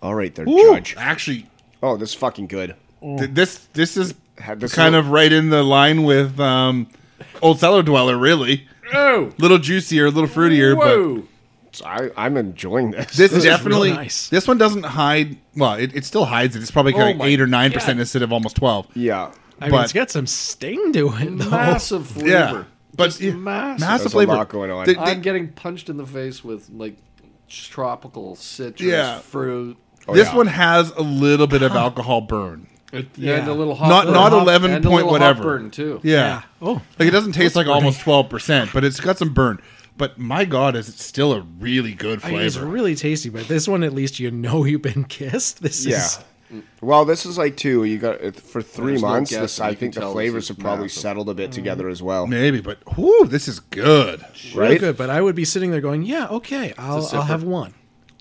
All right, there, Ooh, Judge. actually, Oh, this is fucking good. th- this this is Had this kind little- of right in the line with um, Old Cellar Dweller. Really, Oh, little juicier, a little fruitier, but whoa! So I, I'm enjoying this. This, This is definitely real nice. this one doesn't hide. Well, it, it still hides it. It's probably Oh like my eight or nine percent God. instead of almost twelve. yeah. I mean, But- it's got some sting to it, though. Massive flavor. Yeah, but Just yeah, massive massive. There's a flavor lot going on. They- they- I'm getting punched in the face with like tropical citrus Yeah. fruit. this Oh, yeah. one has a little bit of alcohol burn. Yeah. And a little hot Not- burn. not Hop- 11 and a point little hop whatever. burn too. Yeah. Yeah. Oh, like it doesn't taste like almost twelve percent, but it's got some burn. But my god, is it still a really good I mean, it's flavor? really tasty, but this one, at least you know you've been kissed. This Yeah. is. Well, this is like two. You got it for three There's no months. guessing. this, I You think can the tell this flavors is have probably massive. settled a bit Mm-hmm. together as well. Maybe, but whoo, this is good. Real Right? good, but I would be sitting there going, "Yeah, okay, I'll, It's a I'll sipper. have one."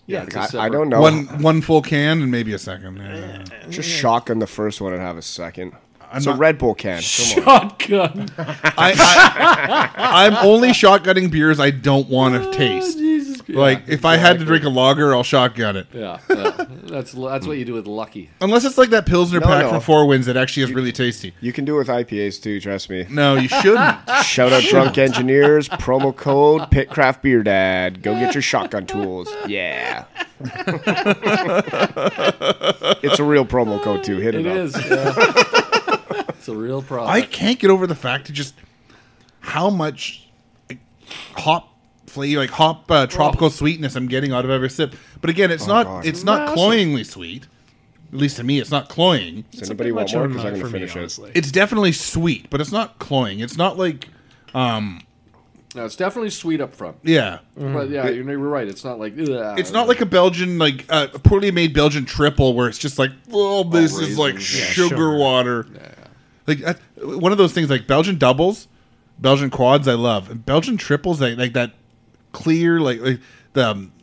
Yeah, it's a I, I separate- don't know. One one full can and maybe a second. Yeah. Just shotgun the first one and have a second. it's a not- Red Bull can. Come on. shotgun. I, I, I'm only shotgunning beers I don't want to taste. Jesus. Like if I had to drink a lager, I'll shotgun it. Yeah, yeah. that's that's what you do with lucky. Unless it's like that Pilsner No, pack no. from Four Winds that actually is really tasty. You can do it with IPAs too. Trust me. No, you shouldn't. Shout out Drunk Engineers, promo code Pitcraft Beer Dad. Go get your shotgun tools. Yeah. it's a real promo code too. Hit it, It up. is. Yeah. it's a real problem. I can't get over the fact of just how much like, hop flavor, like hop uh, tropical sweetness I'm getting out of every sip. But again, it's not Oh, God. it's not Massive. cloyingly sweet. At least to me, it's not cloying. Does anybody want Much more? of a Because I'm nut going to for me, finish it. honestly. It's definitely sweet, but it's not cloying. It's not like No, it's definitely sweet up front, yeah. but yeah, you're, you're right. It's not like ugh. It's not like a Belgian, like uh, a poorly made Belgian triple, where it's just like, oh, this is like sugar, sugar. water. Like that, one of those things, like Belgian doubles, Belgian quads, I love. And Belgian triples, like, like that clear, like, like the um,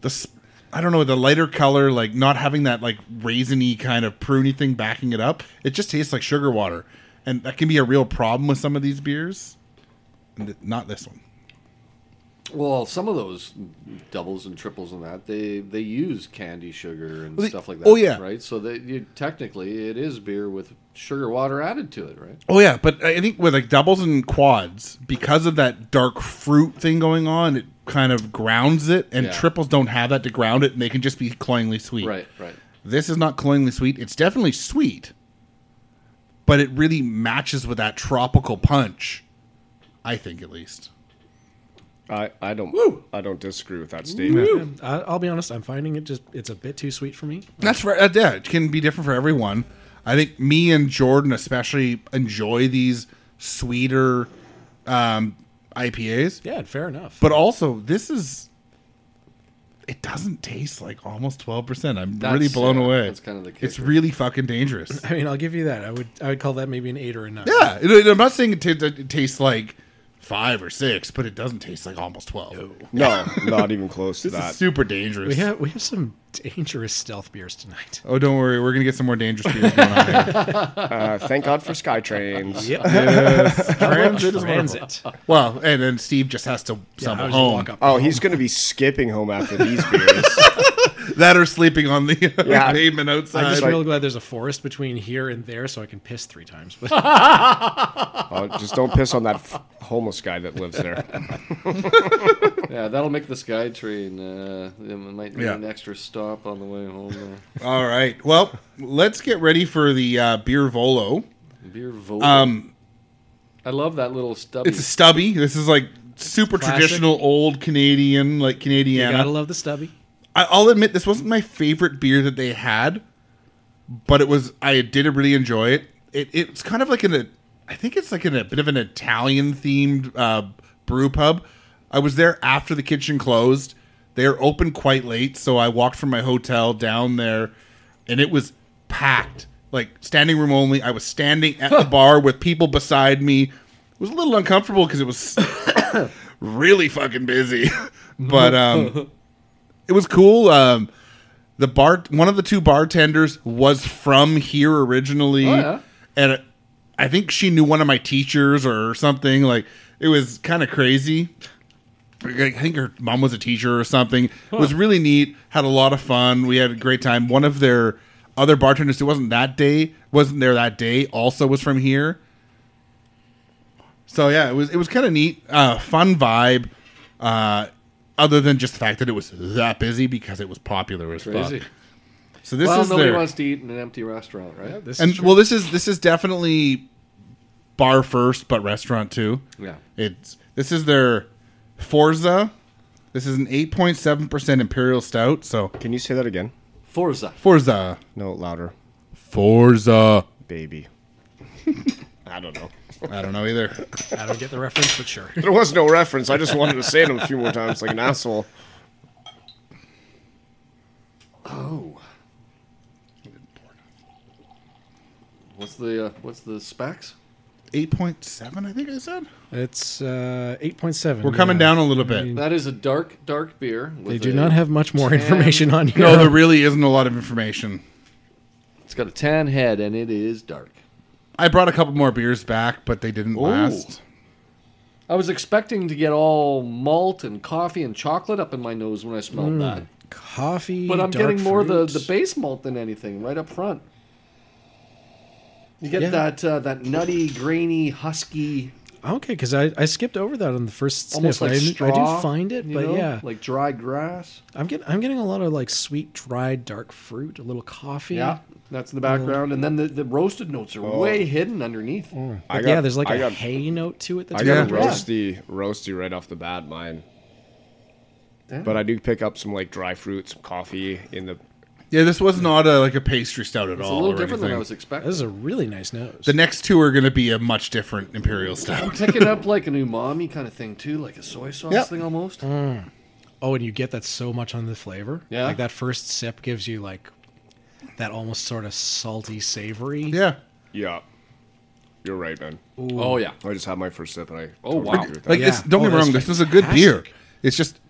the s- I don't know the lighter color, like not having that like raisiny kind of pruny thing backing it up. It just tastes like sugar water, and that can be a real problem with some of these beers. And th- Not this one. Well, some of those doubles and triples and that they they use candy sugar and Well, the- stuff like that. oh, yeah. right. So that you technically it is beer with sugar water added to it, right? Oh yeah, but I think with like doubles and quads, because of that dark fruit thing going on, it kind of grounds it, and Yeah. triples don't have that to ground it, and they can just be cloyingly sweet. Right, right. This is not cloyingly sweet. It's definitely sweet, but it really matches with that tropical punch. I think, at least. I, I don't I don't disagree with that statement. I'm- I- I'll be honest. I'm finding it just it's a bit too sweet for me. That's right. uh, Yeah, it can be different for everyone. I think me and Jordan especially enjoy these sweeter um, IPAs. Yeah, fair enough. But also, this is. It doesn't taste like almost twelve percent. I'm That's- really blown yeah, away. that's kind of the It's kicker. really fucking dangerous. I mean, I'll give you that. I would I would call that maybe an eight or a nine. yeah, it- it- I'm not saying it, ta- that it tastes like five or six, but it doesn't taste like almost twelve. No, not even close to This that. is super dangerous. we have we have some dangerous stealth beers tonight. oh, don't worry, we're gonna get some more dangerous beers going on here. Uh, thank God for SkyTrains. Yep. Transit is wonderful. Transit. Well, and then Steve just has to stumble I'll just home. walk up. Oh, he's going to be skipping home after these beers. That or sleeping on the Yeah. pavement I'm outside. just like- real glad there's a forest between here and there, so I can piss three times. But Oh, just don't piss on that f- homeless guy that lives there. Yeah, that'll make the sky train. Uh, it might need Yeah. an extra stop on the way home. uh, There. All right. Well, let's get ready for the uh, beer volo. Beer vote. I love that little stubby. Um, It's a stubby. This is like super Classic. traditional old Canadian, like you gotta Canadiana. love the stubby. I, I'll admit this wasn't my favorite beer that they had, but it was. I did really enjoy it. it it's kind of like an. I think it's like in a bit of an Italian themed uh, brew pub. I was there after the kitchen closed. They are open quite late, so I walked from my hotel down there, and it was packed, like standing room only. I was standing at the bar with people beside me. It was a little uncomfortable because it was really fucking busy. but um, it was cool. Um, the bar, one of the two bartenders was from here originally, Oh, yeah. and I think she knew one of my teachers or something. Like it was kind of crazy. I think her mom was a teacher or something. It was really neat. Had a lot of fun. We had a great time. One of their other bartenders who wasn't that day wasn't there that day also was from here. So yeah, it was it was kind of neat, uh, fun vibe. Uh, other than just the fact that it was that busy because it was popular as Crazy. fuck. So this well, is nobody their wants to eat in an empty restaurant, right? This and is true. well, this is this is definitely bar first, but restaurant too. Yeah. It's this is their Forza. This is an eight point seven percent imperial stout. So Can you say that again? Forza. Forza, No, louder. Forza. Baby. I don't know. I don't know either. I don't get the reference, but sure. There was no reference. I just wanted to say it a few more times like an asshole. What's the uh, what's the specs? Eight point seven, I think I said. It's uh, eight point seven. We're coming down a little bit. That is a dark dark beer. With They do a- not have much more tan- information on here. No, there really isn't a lot of information. It's got a tan head and it is dark. I brought a couple more beers back, but they didn't last. I was expecting to get all malt and coffee and chocolate up in my nose when I smelled that, Mm. coffee. but I'm dark getting more the, fruit. the base malt than anything right up front. You get Yeah. that uh, that nutty, grainy, husky, Okay, because I, I skipped over that on the first almost sniff. like I, straw. I do find it, you but know, yeah, like dry grass. I'm getting I'm getting a lot of like sweet, dried, dark fruit, a little coffee. Yeah, that's in the background, and then the, the roasted notes Oh. are way hidden underneath. Mm. I yeah, there's like I a got, hay note to it. That's I got really a nice. roasty, roasty right off the bat, mine. Damn. But I do pick up some like dry fruit, some coffee in the. Yeah, this was not a, like a pastry stout at It's a all. little or different than I anything. was expecting. That is a really nice nose. The next two are going to be a much different imperial Oh, stout. picking up like an umami kind of thing too, like a soy sauce Yep. Mm. thing almost. oh, and you get that so much on the flavor. Yeah. like that first sip gives you like that almost sort of salty, savory. Yeah. Yeah. You're right, man. Oh yeah, I just had my first sip and I. Oh, wow. agree with that. Like it's Yeah. don't Oh, get me that's wrong, this is a good fantastic. beer. It's just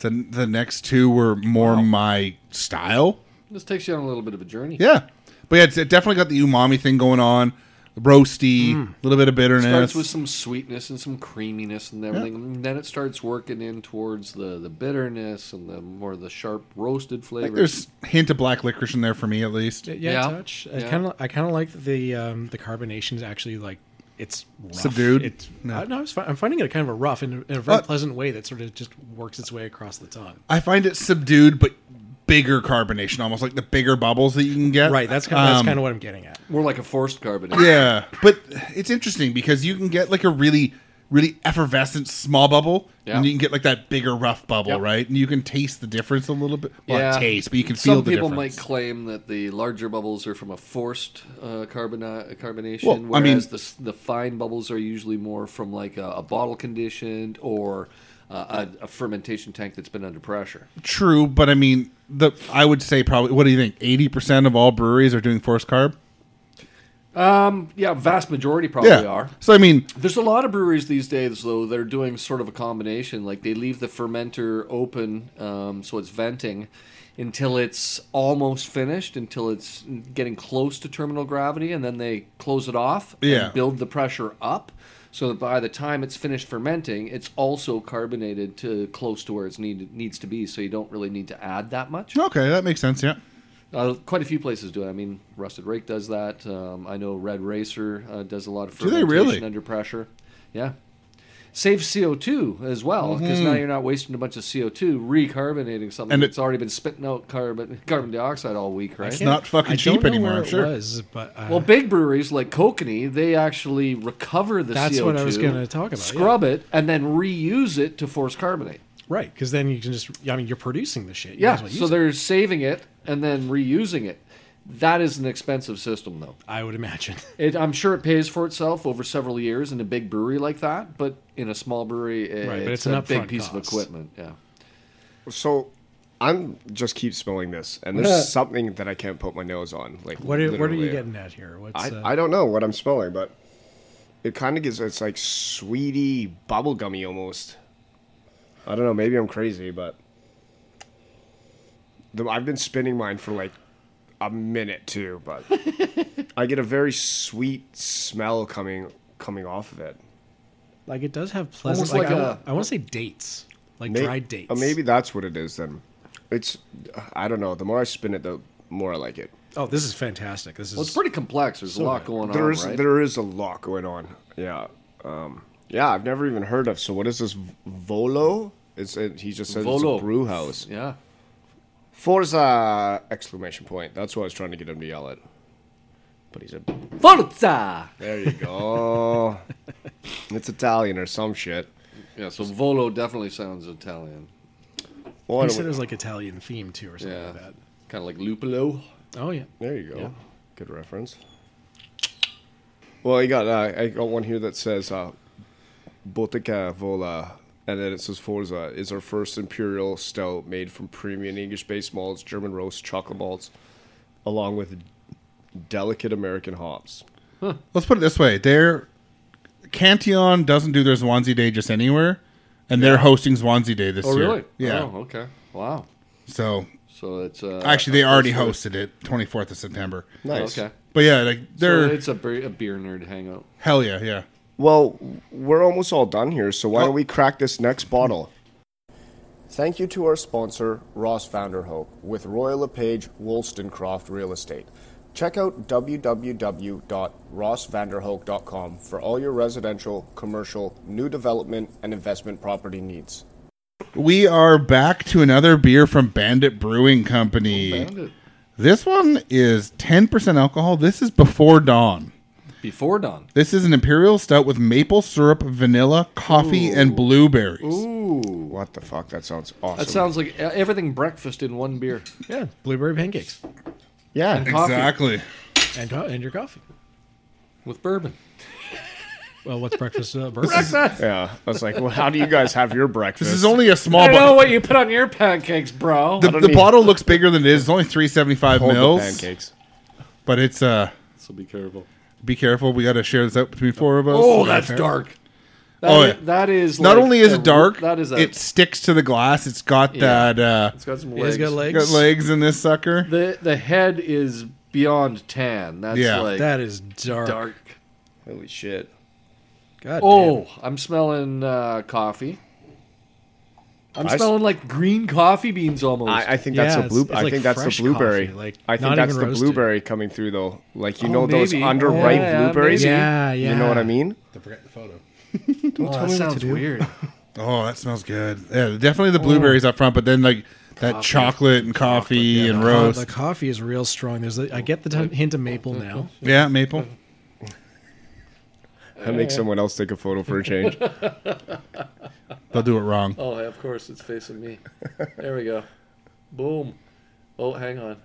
the the next two were more my style. this takes you on a little bit of a journey. Yeah. But yeah, it's, it definitely got the umami thing going on. roasty, a Mm. little bit of bitterness. starts with some sweetness and some creaminess and everything, and then it starts working in towards the, the bitterness and the more the sharp roasted like flavors. there's hint of black licorice in there for me at least. Yeah, Yeah. touch. I Yeah. kind of, I kind of like the um, the carbonation is actually like it's rough. Subdued? It's No. no, I, no it's fi- I'm finding it kind of a rough in a, in a very Uh, pleasant way that sort of just works its way across the tongue. I find it subdued but bigger carbonation, almost like the bigger bubbles that you can Uh, get. Right, that's kind of, that's Um, kind of what I'm getting at. More like a forced carbon. Yeah, but it's interesting because you can get like a really, really effervescent small bubble, Yeah. and you can get like that bigger rough bubble, Yep. right? And you can taste the difference a little bit. Well, Yeah. not taste, but you can feel Some the people difference. might claim that the larger bubbles are from a forced uh, carbona- carbonation, Well, I whereas mean- the, s- the fine bubbles are usually more from like a, a bottle conditioned or uh, a, a fermentation tank that's been under pressure. True, but I mean, the I would say probably. What do you think? Eighty percent of all breweries are doing forced carb. Yeah, vast majority probably Oh, are. So I mean, There's a lot of breweries these days, though, that are doing sort of a combination. Like they leave the fermenter open, um, so it's venting until it's almost finished, until it's getting close to terminal gravity, and then they close it off Yeah. and build the pressure up. So that by the time it's finished fermenting, it's also carbonated to close to where it's needed needs to be. So you don't really need to add that much. okay, that makes sense. Yeah. Uh, quite a few places do it. I mean, Rusted Rake does that. Um, I know Red Racer uh, does a lot of they fermentation really? under pressure. Yeah. Saves CO2 as well, Mm-hmm. because now you're not wasting a bunch of CO2 recarbonating something And it- that's already been spitting out carbon carbon dioxide all week, right? Yeah. not fucking I don't cheap know anymore, where I'm it sure. was, but uh, Well, big breweries like Kokanee, they actually recover the CO2. That's what I was gonna talk about, yeah. Scrub it and then reuse it to force carbonate. right, because then you can just, I mean, you're producing the shit. You might Yeah, as well so use it, they're saving it and then reusing it. That is an expensive system, though. I would imagine. It, I'm sure it pays for itself over several years in a big brewery like that, but in a small brewery, i- Right, it's, but it's a an big upfront piece of cost. equipment. Yeah, So I'm just keep smelling this, and there's something that I can't put my nose on. Like What are, what are you literally. getting at here? What's I, uh, I don't know what I'm smelling, but it kind of gives it's like sweety bubblegummy almost. I don't know. Maybe I'm crazy, but the, I've been spinning mine for like a minute too. But I get a very sweet smell coming coming off of it. like it does have pleasant. Almost Like, like I a- want to say dates, like May- dried dates. Oh, maybe that's what it is then. It's I don't know. The more I spin it, the more I like it. Oh, this is fantastic. This is well, it's pretty complex. There's a lot going There on, is right? there is a lot going on. Yeah, um, yeah. I've never even heard of. So what is this Volo? It's it, he just said Volo. it's a brew house. yeah, Forza exclamation point. That's what I was trying to get him to yell at. But he's a Forza. there you go. it's Italian or some shit. Yeah, so Volo definitely sounds Italian. Well, He said anyway, it was like Italian theme too, or something Yeah, like that. kind of like Lupolo. Oh yeah. there you go. Yeah. Good reference. Well, I got uh, I got one here that says uh, Botica Vola, and then it says Forza is our first imperial stout made from premium English-based malts, German roast, chocolate malts, along with delicate American hops. Let's put it this way: their Cantillon doesn't do their Swansea Day just anywhere, and they're hosting Swansea Day this Oh, year. really? Yeah. Oh, okay. Wow. So So it's uh, actually, they already that's hosted it 24th of September. Nice. Okay. But yeah, like So they're it's a, bre- a beer nerd hangout. hell yeah, yeah. Well, we're almost all done here, so why Oh. don't we crack this next bottle? Thank you to our sponsor, Ross Founder Hope, with Royal LePage Wollstonecraft Real Estate. Check out www.rossvanderhoek.com for all your residential, commercial, new development, and investment property needs. We are back to another beer from Bandit Brewing Company. Oh, Bandit. This one is 10% alcohol. This is Before Dawn. Before dawn. This is an imperial stout with maple syrup, vanilla, coffee, and blueberries. Ooh, What the fuck? That sounds awesome. that sounds like e, everything breakfast in one beer. Yeah, blueberry pancakes yeah. Coffee. Exactly. and co- and your coffee. with bourbon. Well, what's breakfast? Uh, bourbon? Yeah. I was like, well, how do you guys have your breakfast? This is only a small I know bottle. what you put on your pancakes, bro. The, don't the need- bottle looks bigger than it is. It's only 375 Hold the mils. pancakes. But it's, uh, so be careful. be careful. We got to share this out between four of us. Oh, that's dark. That, Oh, i- yeah. that is Not like only is a- it dark, That is a, it sticks to the glass. It's got Yeah. that, uh, it's got some It's legs. got legs. got legs in this sucker. The the head is beyond tan. That's Yeah. like That is dark. dark. Holy shit. God Oh, I'm smelling uh, coffee. I'm I s- smelling like green coffee beans almost. I, I think Yeah, that's a it's- blue. it's I like think that's fresh the blueberry. coffee, like, I think not that's even the roasted. blueberry coming through though. Like you Oh, know those maybe. underripe Yeah, blueberries. maybe. Yeah, yeah. You know what I mean? Damn. Forget the photo. oh, that sounds weird. Oh, that smells good. Yeah, definitely the blueberries up front, but then like that chocolate and coffee and God, roast. the coffee is real strong. There's, a, I get the t- hint of maple now. yeah, maple. I make someone else take a photo for a change. They'll do it wrong. oh, yeah, of course, it's facing me. There we go. Boom. Oh, hang on.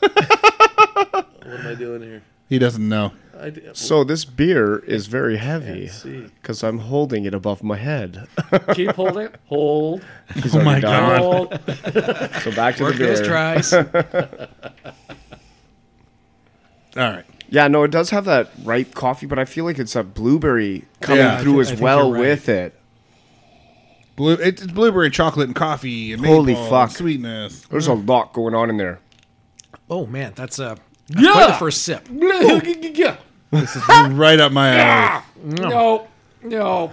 what am I doing here? He doesn't know. I d- so this beer is very heavy Let's see. because I'm holding it above my head. Oh Keep holding. it. Hold. oh my God. Hold. So back to the Work beer. those tries. All right. Yeah, no, it does have that ripe coffee, but I feel like it's a blueberry coming Yeah, I through thi- I as think well you're right. with it. Blue. It's it's blueberry, chocolate, and coffee, and maple Holy and fuck. sweetness. There's Mm. a lot going on in there. oh man, that's a yeah! quite the first sip. Yeah. This is right up my alley. No. No.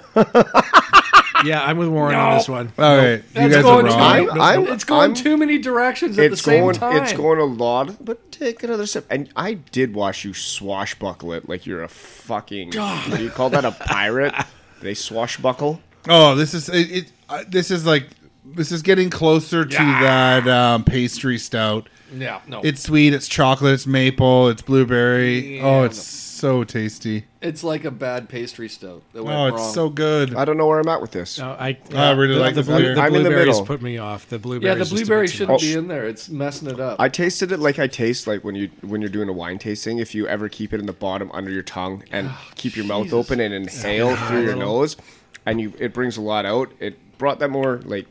Yeah, I'm with Warren on this one. All right, you That's guys are going wrong. too I'm- many, I'm- it's going I'm- too many directions at the It's same going, time. it's going a lot, but take another sip. And I did watch you swashbuckle it like you're a fucking. What do you call that? A pirate? they swashbuckle. Oh, this is it. it uh, this is like this is getting closer to that um, pastry stout. Yeah. No. It's sweet. It's chocolate. It's maple. It's blueberry. oh, it's so tasty. It's like a bad pastry stout that went Oh, wrong. it's so good. I don't know where I'm at with this. No, I, I really the, like the, the blue- beer. the I'm in the blueberries middle. put me off. The yeah, blueberries. the just a bit blueberry too shouldn't much. be in there. It's messing it up. I tasted it like I taste like when you when you're doing a wine tasting. If you ever keep it in the bottom under your tongue and keep your mouth Ah, Jesus. open and inhale through your nose, and you it brings a lot out. It brought that more like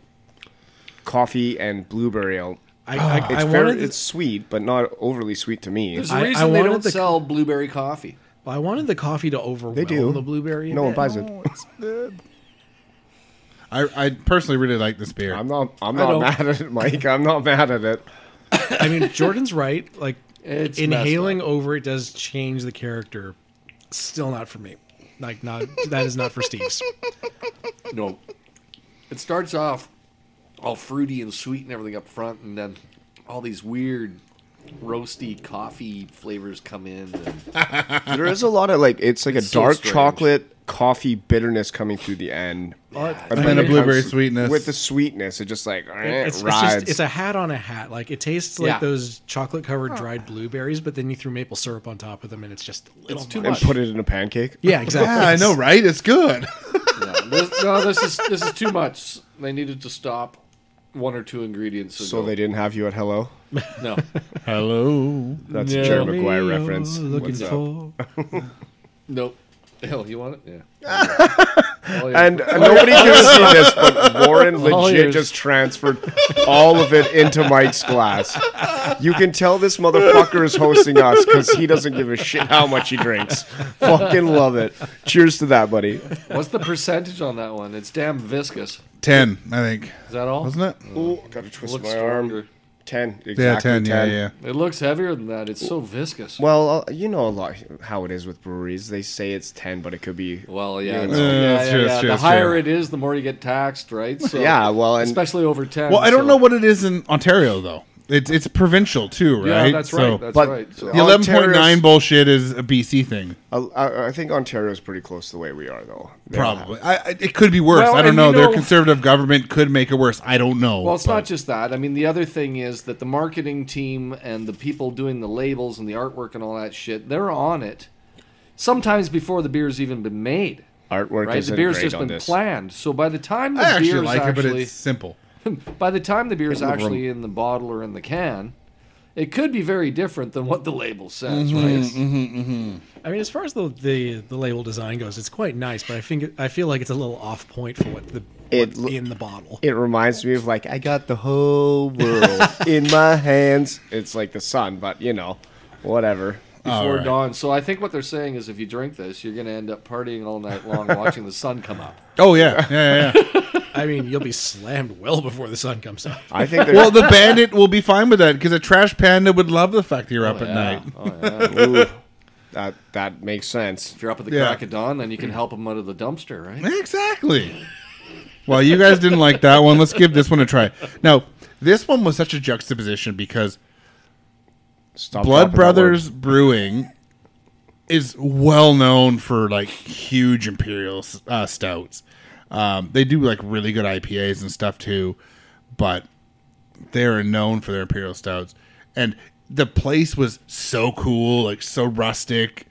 coffee and blueberry out. I, I, It's I very wanted. it's sweet, but not overly sweet to me. Ah, There's a I- reason I they wanted don't the- sell blueberry coffee. I wanted the coffee to overwhelm do. the blueberry. a No one bit. buys it. I, I personally really like this beer. I'm not I'm I not don't- mad at it, Mike. I'm not mad at it. I mean, Jordan's right. Like It's inhaling messed over it does change the character. Still not for me. Like not that is not for Steve's. up. No. It starts off all fruity and sweet and everything up front, and then all these weird roasty coffee flavors come in. And There is a lot of like it's like a so dark strange. chocolate coffee bitterness coming through the end. But- And then a it blueberry comes sweetness. with the sweetness. It just like eh, It's, it's rides. just it's a hat on a hat. Like it tastes like Yeah. those chocolate covered dried blueberries, but then you threw maple syrup on top of them, and it's just a little It's too much. and put it in a pancake. Yeah, exactly. yeah, I know, right? It's good. no, uh, this, no, this is this is too much. They needed to stop one or two ingredients. and So go, they didn't have you at hello. no. Hello. That's a Jerry Tell me Maguire you're reference. Looking What's up? for Nope. Hell, you want it? Yeah. Oh, yeah. And uh, nobody can see this, but Warren All legit yours. just transferred all of it into Mike's glass. You can tell this motherfucker is hosting us because he doesn't give a shit how much he drinks. Fucking love it. Cheers to that, buddy. What's the percentage on that one? It's damn viscous. Ten, I think, Is that all? wasn't it? Ooh, gotta twist looks my arm. stronger. Ten. Exactly Yeah, ten. Yeah, 10. yeah. It looks heavier than that. It's so viscous. Well, uh, you know a lot how it is with breweries. They say it's ten, but it could be. Well, You yeah, it's- know. Yeah, yeah, that's yeah, true, yeah. that's true, The that's higher true. it is, the more you get taxed, right? So Yeah, well, and- especially over ten. Well, I don't so- know what it is in Ontario though. It's it's provincial too, right? Yeah, that's right. So- that's But- right. So, the eleven point Ontario's- nine bullshit is a BC thing, I, Uh, I, I think Ontario's pretty close to the way we are, though. They don't have- probably. I, I, it could be worse. Well, I don't and know. you Their know- conservative government could make it worse. I don't know. well, it's but- not just that. I mean, the other thing is that the marketing team and the people doing the labels and the artwork and all that shit—they're on it. Sometimes before the beer's even been made, Artwork right? isn't The beer's great just on been this. planned. So by the time the I actually beer's like actually, it, but it's simple. by the time the beer is actually in the bottle or in the can, it could be very different than what the label Mm-hmm, says, right? I mean, as far as the, the the label design goes, it's quite nice, but I think it- I feel like it's a little off point for what the It what's loo- in the bottle. It reminds me of like I got the whole world in my hands. It's like the sun, but you know, whatever. Before dawn. So I think what they're saying is if you drink this, you're going to end up partying all night long watching the sun come up. Oh yeah, yeah, yeah. yeah. I mean, you'll be slammed well before the sun comes up. I think there's well, the bandit will be fine with that because a trash panda would love the fact that you're up at night. Oh, yeah. ooh, That that makes sense. If you're up at the Yeah. crack of dawn, then you can help them out of the dumpster, right? Exactly. Well, you guys didn't like that one. Let's give this one a try. Now, this one was such a juxtaposition because Blood Stop dropping that word. Brothers Brewing is well known for like huge imperial uh, stouts. Um, they do like really good IPAs and stuff too, but they're known for their imperial stouts. And the place was so cool, like so rustic,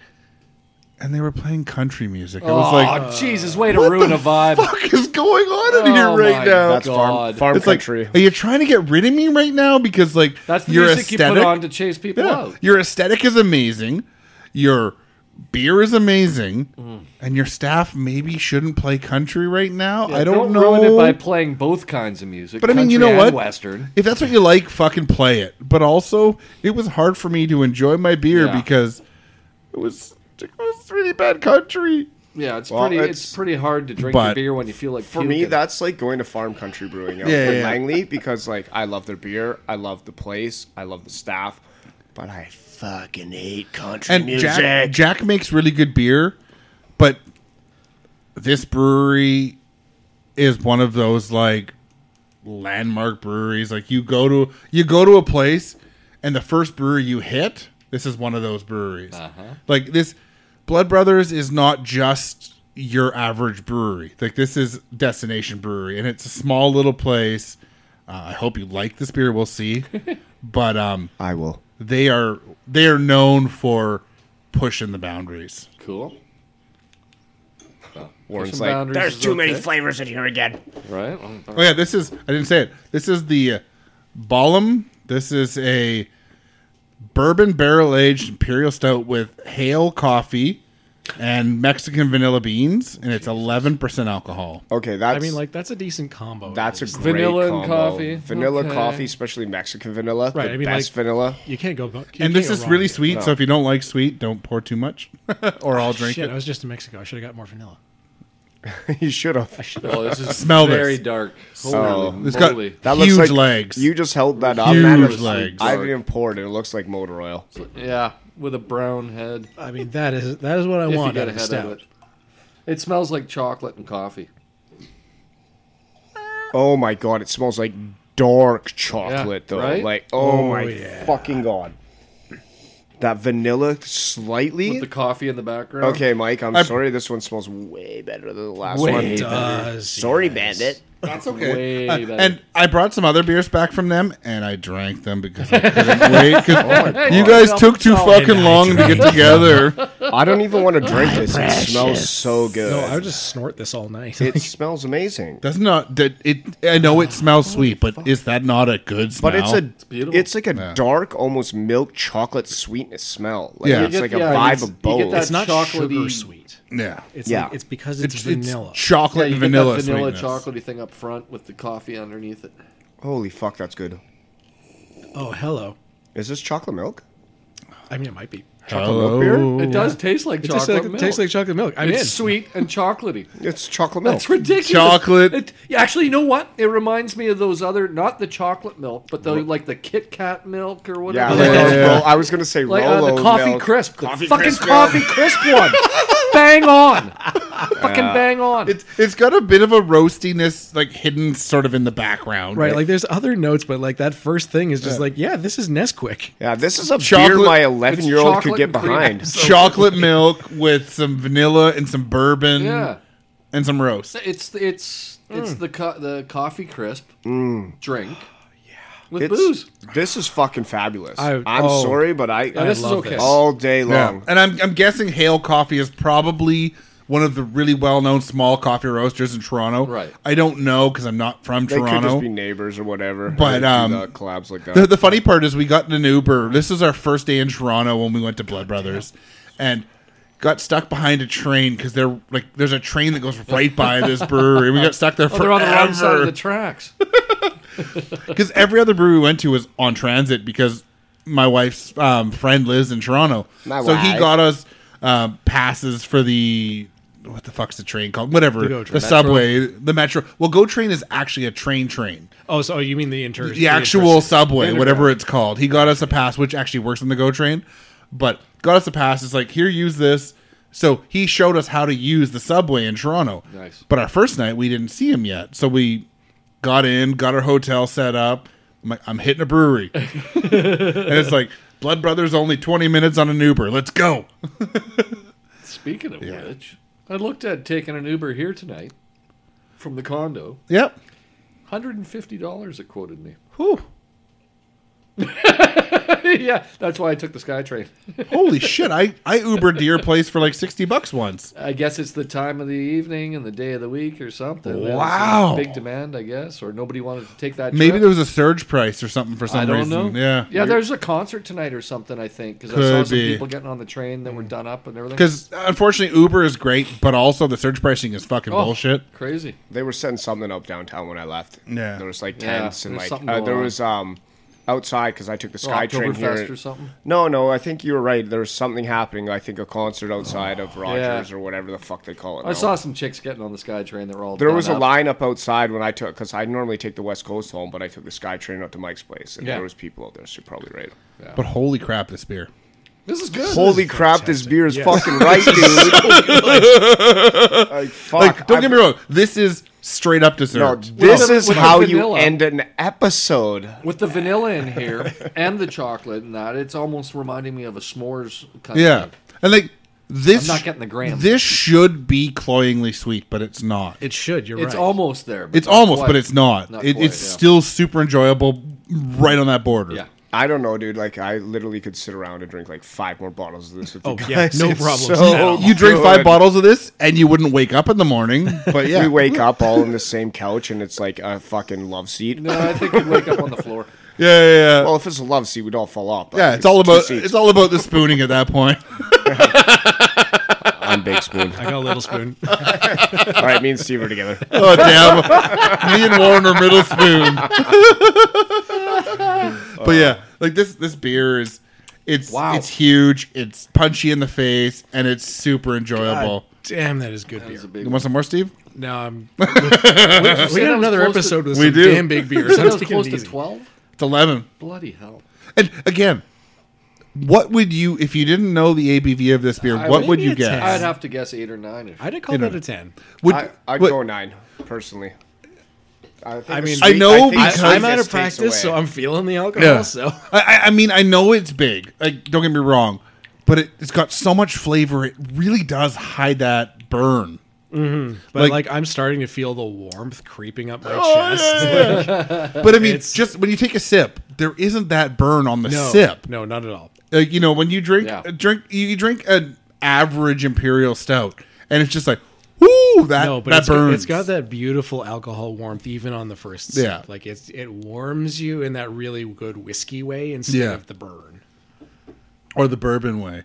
and they were playing country music. It was oh, like, uh, Jesus, way to what ruin the a vibe. fuck is going on in Oh here right my now? That's farm, God. farm it's country. like, are you trying to get rid of me right now? Because like That's the your music you put aesthetic- on to chase people yeah. out. Your aesthetic is amazing. Your beer is amazing, Mm. and your staff maybe shouldn't play country right now. I don't, know. ruin it by playing both kinds of music. but I mean, you country know and what? Western. If that's what you like, fucking play it. But also, it was hard for me to enjoy my beer Yeah. because it was it was really bad country. Yeah, it's Well, pretty. It's, it's- pretty hard to drink but your beer when you feel like. For me, puking. that's like going to farm country brewing out Yeah, in yeah, yeah. Langley because like I love their beer, I love the place, I love the staff, but I fucking hate country and music. Jack, Jack makes really good beer, but this brewery is one of those like landmark breweries. Like you go to you go to a place, and the first brewery you hit, this is one of those breweries. Uh-huh. Like this, Blood Brothers is not just your average brewery. Like this is destination brewery, and it's a small little place. Uh, I hope you like this beer. We'll see, but um, I will. they are they are known for pushing the boundaries. cool. Warren's Pushing like, boundaries there's is too many okay." flavors in here again. Right? Well, Oh yeah, this is I didn't say it. This is the uh, Balam. This is a bourbon barrel aged imperial stout with hale coffee and Mexican vanilla beans, and it's eleven percent alcohol. Okay, that's I mean, like that's a decent combo. at that's a least. great Vanilla and combo. coffee, vanilla okay. coffee, especially Mexican vanilla, Right, the I mean, best like- vanilla. you can't go. bu- You and can't this go is wrong really here. sweet, so if you don't like sweet, don't pour too much, or I'll drink Shit, it. I was just in Mexico. I should have got more vanilla. you should have. well, this is Smell this. very dark. Holy So- It's got moly. That huge looks like legs. You just held that up. man. Huge It's- legs. I haven't even poured it. It looks like motor oil. yeah, with a brown head. I mean, that is that is what I If you want get out of a ahead stout. of it. It smells like chocolate and coffee. Oh my god, it smells like dark chocolate Yeah, though. right? Like oh, Oh, my yeah. fucking god. That vanilla slightly With the coffee in the background. Okay, Mike, I'm I- sorry. This one smells way better than the last Way one. It does. Sorry, yes. Bandit. That's Way better. Uh, and I brought some other beers back from them, and I drank them because I couldn't wait. 'cause Oh you guys took too fucking And I long to get together. I don't even want to drink this. It smells so good. No, I would just snort this all night. It smells amazing. Does not that it? I know it smells sweet, but is that not a good smell? But it's a it's, beautiful. like a dark, almost milk chocolate sweetness smell. Like, Yeah. it's You like get- a yeah, vibe it's- of you get both. that- it's not chocolatey- sugar sweet. yeah. It's Yeah. like, it's because it's, vanilla. Yeah, chocolate and you get that vanilla, vanilla sweetness. chocolatey thing up front with the coffee underneath it. Holy fuck, that's good. oh, hello. Is this chocolate milk? I mean, it might be. Hello. beer? It does taste like It chocolate tastes like, milk. tastes like chocolate milk. I'm it's in. sweet and chocolatey. It's chocolate milk. That's ridiculous. Chocolate. It, yeah, actually, you know what? It reminds me of those other, not the chocolate milk, but the like the Kit Kat milk or yeah, whatever. like, Like, uh, well, I was gonna say like, uh, Rolo the coffee milk. crisp, the Coffee fucking crisp milk. coffee crisp one. bang on, fucking bang on. It's it's got a bit of a roastiness like hidden sort of in the background. Right, like there's other notes, but like that first thing is just like, yeah, this is Nesquik. Yeah, this is a Chocolate- beer my 11 year old could chocolate get and cream. behind. chocolate milk with some vanilla and some bourbon yeah, Mm. and some roast. it's it's it's the co- the coffee crisp drink with Mm. Oh, It's- booze. This is fucking fabulous. I, I- am oh. sorry, but I, Now, this is love okay. this. all day Yeah. long. And I'm, I'm guessing Hale Coffee is probably one of the really well known small coffee roasters in Toronto. Right. I don't know because I'm not from They could Toronto. just be neighbors or whatever. But, They do um, the collabs like that. the, the funny part is we got in an Uber. This is our first day in Toronto when we went to Oh, Blood Brothers, and got stuck behind a train because they're like there's a train that goes right by this brewery. We got stuck there Oh, they're on the wrong side of forever the tracks. because every other brewery we went to was on transit because my wife's um, friend lives in Toronto. My so he wife. got us um, passes for the what the fuck's the train called? Whatever Go the, Train. subway, the metro. Well, Go Train is actually a train train. Oh, so you mean the inter The actual intercity. subway, whatever it's called. He got us a pass, which actually works on the Go Train. but got us a pass. It's like, here, use this. So he showed us how to use the subway in Toronto. Nice. But our first night, we didn't see him yet. So we got in, got our hotel set up. I'm like, I'm hitting a brewery. and it's like, Blood Brothers only 20 minutes on an Uber. Let's go. Speaking of which, I looked at taking an Uber here tonight from the condo. Yep. Hundred and fifty dollars it quoted me. Whew. yeah, that's why I took the SkyTrain. Holy shit. I, I Ubered to your place for like 60 bucks once. I guess it's the time of the evening and the day of the week or something. There was some Wow. big demand, I guess, or nobody wanted to take that. Maybe trip. there was a surge price or something for some I don't reason. know. Yeah. yeah. There's a concert tonight or something. I think because I saw Could some be. people getting on the train that were done up and everything. Because unfortunately, Uber is great, but also the surge pricing is fucking Oh, bullshit. Crazy. They were setting something up downtown when I left. Yeah. there was like Yeah, tents and there's like something uh, going there on. was um outside because I took the Oh, sky train here. Oktoberfest or something. No, no, I think you were right. There was something happening. I think a concert outside of Rogers Yeah. or whatever the fuck they call it. I now. saw some chicks getting on the SkyTrain that were all. There done was a up. lineup outside when I took because I normally take the West Coast home, but I took the sky train out to Mike's place, and Yeah. there was people out there. So you're probably right. But holy crap, this beer. This is good. Holy crap! This beer is fucking right, dude. like, fuck. Like, don't I'm- get me wrong. This is straight up No, dessert. this With the- is with the how you vanilla. end an episode. With the vanilla in here and the chocolate and that, it's almost reminding me of a s'mores kind yeah. of thing. And like this, I'm not getting the gram. This should be cloyingly sweet, but it's not. It should. You're It's right. almost there. But It's not almost, quite. but it's not. Not it, quite, it's yeah. still super enjoyable, right on that border. Yeah. I don't know, dude. Like, I literally could sit around and drink like five more bottles of this with Oh, you guys. yeah, no It's problems so at all. You drink five good. bottles of this, and you wouldn't wake up in the morning. But yeah, We wake up all in the same couch, and it's like a fucking love seat. No, I think you'd wake up on the floor. yeah, yeah, yeah. Well, if it's a love seat, we'd all fall off. but yeah, it's all two about seats. it's all about the spooning at that point. I'm big spoon. I got a little spoon. all right, me and Steve are together. Oh damn! Me and Warren are middle spoon. but yeah, like this this beer is it's Wow. it's huge. It's punchy in the face, and it's super enjoyable. Damn, that is good It's beer. a big You want some more, Steve? No, I'm. You We said got I was another close to- episode with We some do. damn big you beers. said I I'm was taking close it to easy. 12? It's eleven. Bloody hell. And again, what would you if you didn't know the ABV of this beer? I what would- would you maybe a guess? ten. I'd have to guess 8 or 9. If, I'd have called that a ten. Would I, I'd would- go nine, personally. I, think I the mean- sweet- I know think the I, because- I'm sweetness out of takes practice, away. so I'm feeling the alcohol. Yeah. So I, I- I mean, I know it's big. Like, don't get me wrong, but it, it's got so much flavor. It really does hide that burn. But Like- Oh, like, I'm starting to feel the warmth creeping up my chest. But I mean, uh, It's- just when you take a sip, there isn't that burn on the No, sip. no, not at all. Like you know, when you drink Yeah. drink you you drink an average imperial stout, and it's just like, woo, that no, but that it's got- burns. it's got that beautiful alcohol warmth even on the first sip. Yeah. Like it's it warms you in that really good whiskey way instead Yeah. of the burn. or the bourbon way.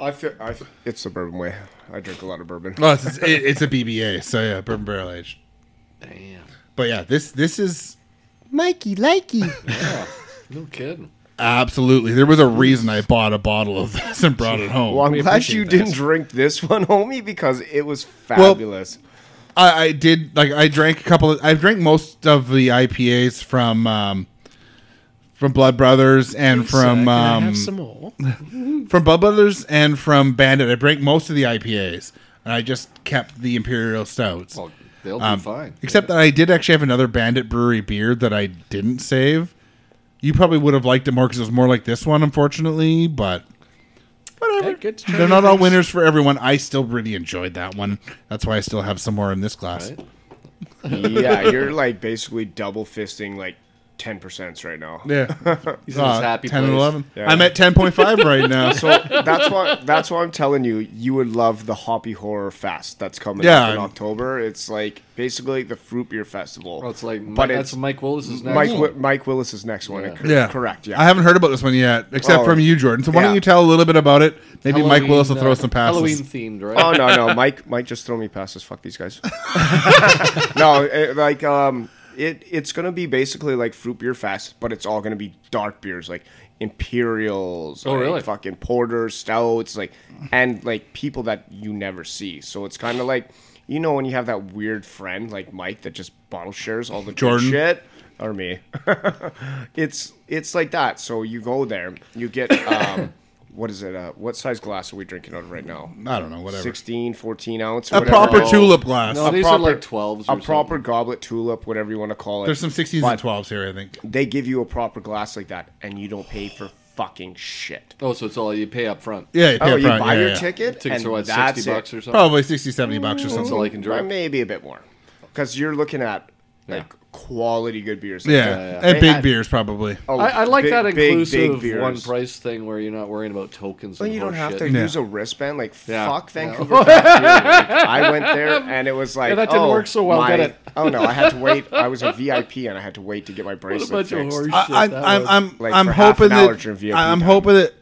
I feel, I feel, it's the bourbon way. I drink a lot of bourbon. Well, it's, it's, it- it's a BBA, so yeah, bourbon barrel aged. damn. But yeah, this this is No kidding. absolutely. There was a reason I bought a bottle of this and brought it home. Well, I'm We glad you appreciate that. didn't drink this one, homie, because it was fabulous. I, I did like I drank a couple. Of, I drank most of the IPAs from um, from Blood Brothers and So, from can I um, have some more? from Blood Brothers and from Bandit. I drank most of the IPAs, and I just kept the Imperial Stouts. Well, they'll Um, be fine. Except that I did actually have another Bandit Brewery beer that I didn't save. You probably would have liked it more because it was more like this one, unfortunately. But Hey, whatever, good to try they're not new all things. winners for everyone. I still really enjoyed that one. That's why I still have some more in this glass. Right? yeah, you're like basically double fisting like 10% right now. Yeah. He's in his happy 10 and place. 11. Yeah. I'm at 10.5 right now. So So that's why that's why I'm telling you, you would love the Hoppy Horror Fest that's coming Yeah, up in I'm- October. It's like basically the Fruit Beer Festival. Well, it's like, but that's it's Mike Willis's next Mike one. Wi- Mike Willis's next one. Cor- yeah. correct. Yeah, I haven't heard about this one yet, except Oh. from you, Jordan. So why don't Yeah. you tell a little bit about it? Maybe Mike Halloween, Willis will throw uh, some passes. Halloween themed, right? Oh no, no, Mike, Mike, just throw me passes. Fuck these guys. no, it, like um, it it's gonna be basically like fruit beer fest, but it's all gonna be dark beers like imperials. Oh, like, really? Fucking porters, stouts, like and like people that you never see. So it's kind of like. You know when you have that weird friend like Mike that just bottle shares all the good Jordan. shit, or me. it's it's like that. So you go there, you get um, what is it? Uh, what size glass are we drinking out of right now? I don't know, whatever. 16, 14 ounce. a whatever. proper Oh. tulip glass. No, A these proper- are like 12s. A or proper something. goblet tulip, whatever you want to call it. There's some 16s But and 12s here, I think. They give you a proper glass like that, and you don't pay for fucking shit. Oh, so it's all you pay up front. Yeah, you pay Oh, up you front, buy yeah, your yeah. ticket, Tickets and are what, that's 60 it. bucks or something? Probably 60, 70 bucks or That's something. all I can Or drink. maybe a bit more, because you're looking at like quality good beers. Yeah, They and big had- beers probably. oh, I, I like big- that big, big inclusive beers. one price thing where you're not worrying about tokens. Well, and Oh, you don't have to horseshit. Yeah. use a wristband. Like Oh, Yeah. fuck Yeah. Vancouver. Craft Beer Week. I went there and it was like, Yeah, that didn't oh, work so well, my- did it? oh no, I had to wait. I was a VIP and I had to wait to get my What a bracelet bunch of fixed. horse shit. I, that I, I'm, was. I'm, Like, I'm for half hoping an hour during that VIP I'm time. hoping that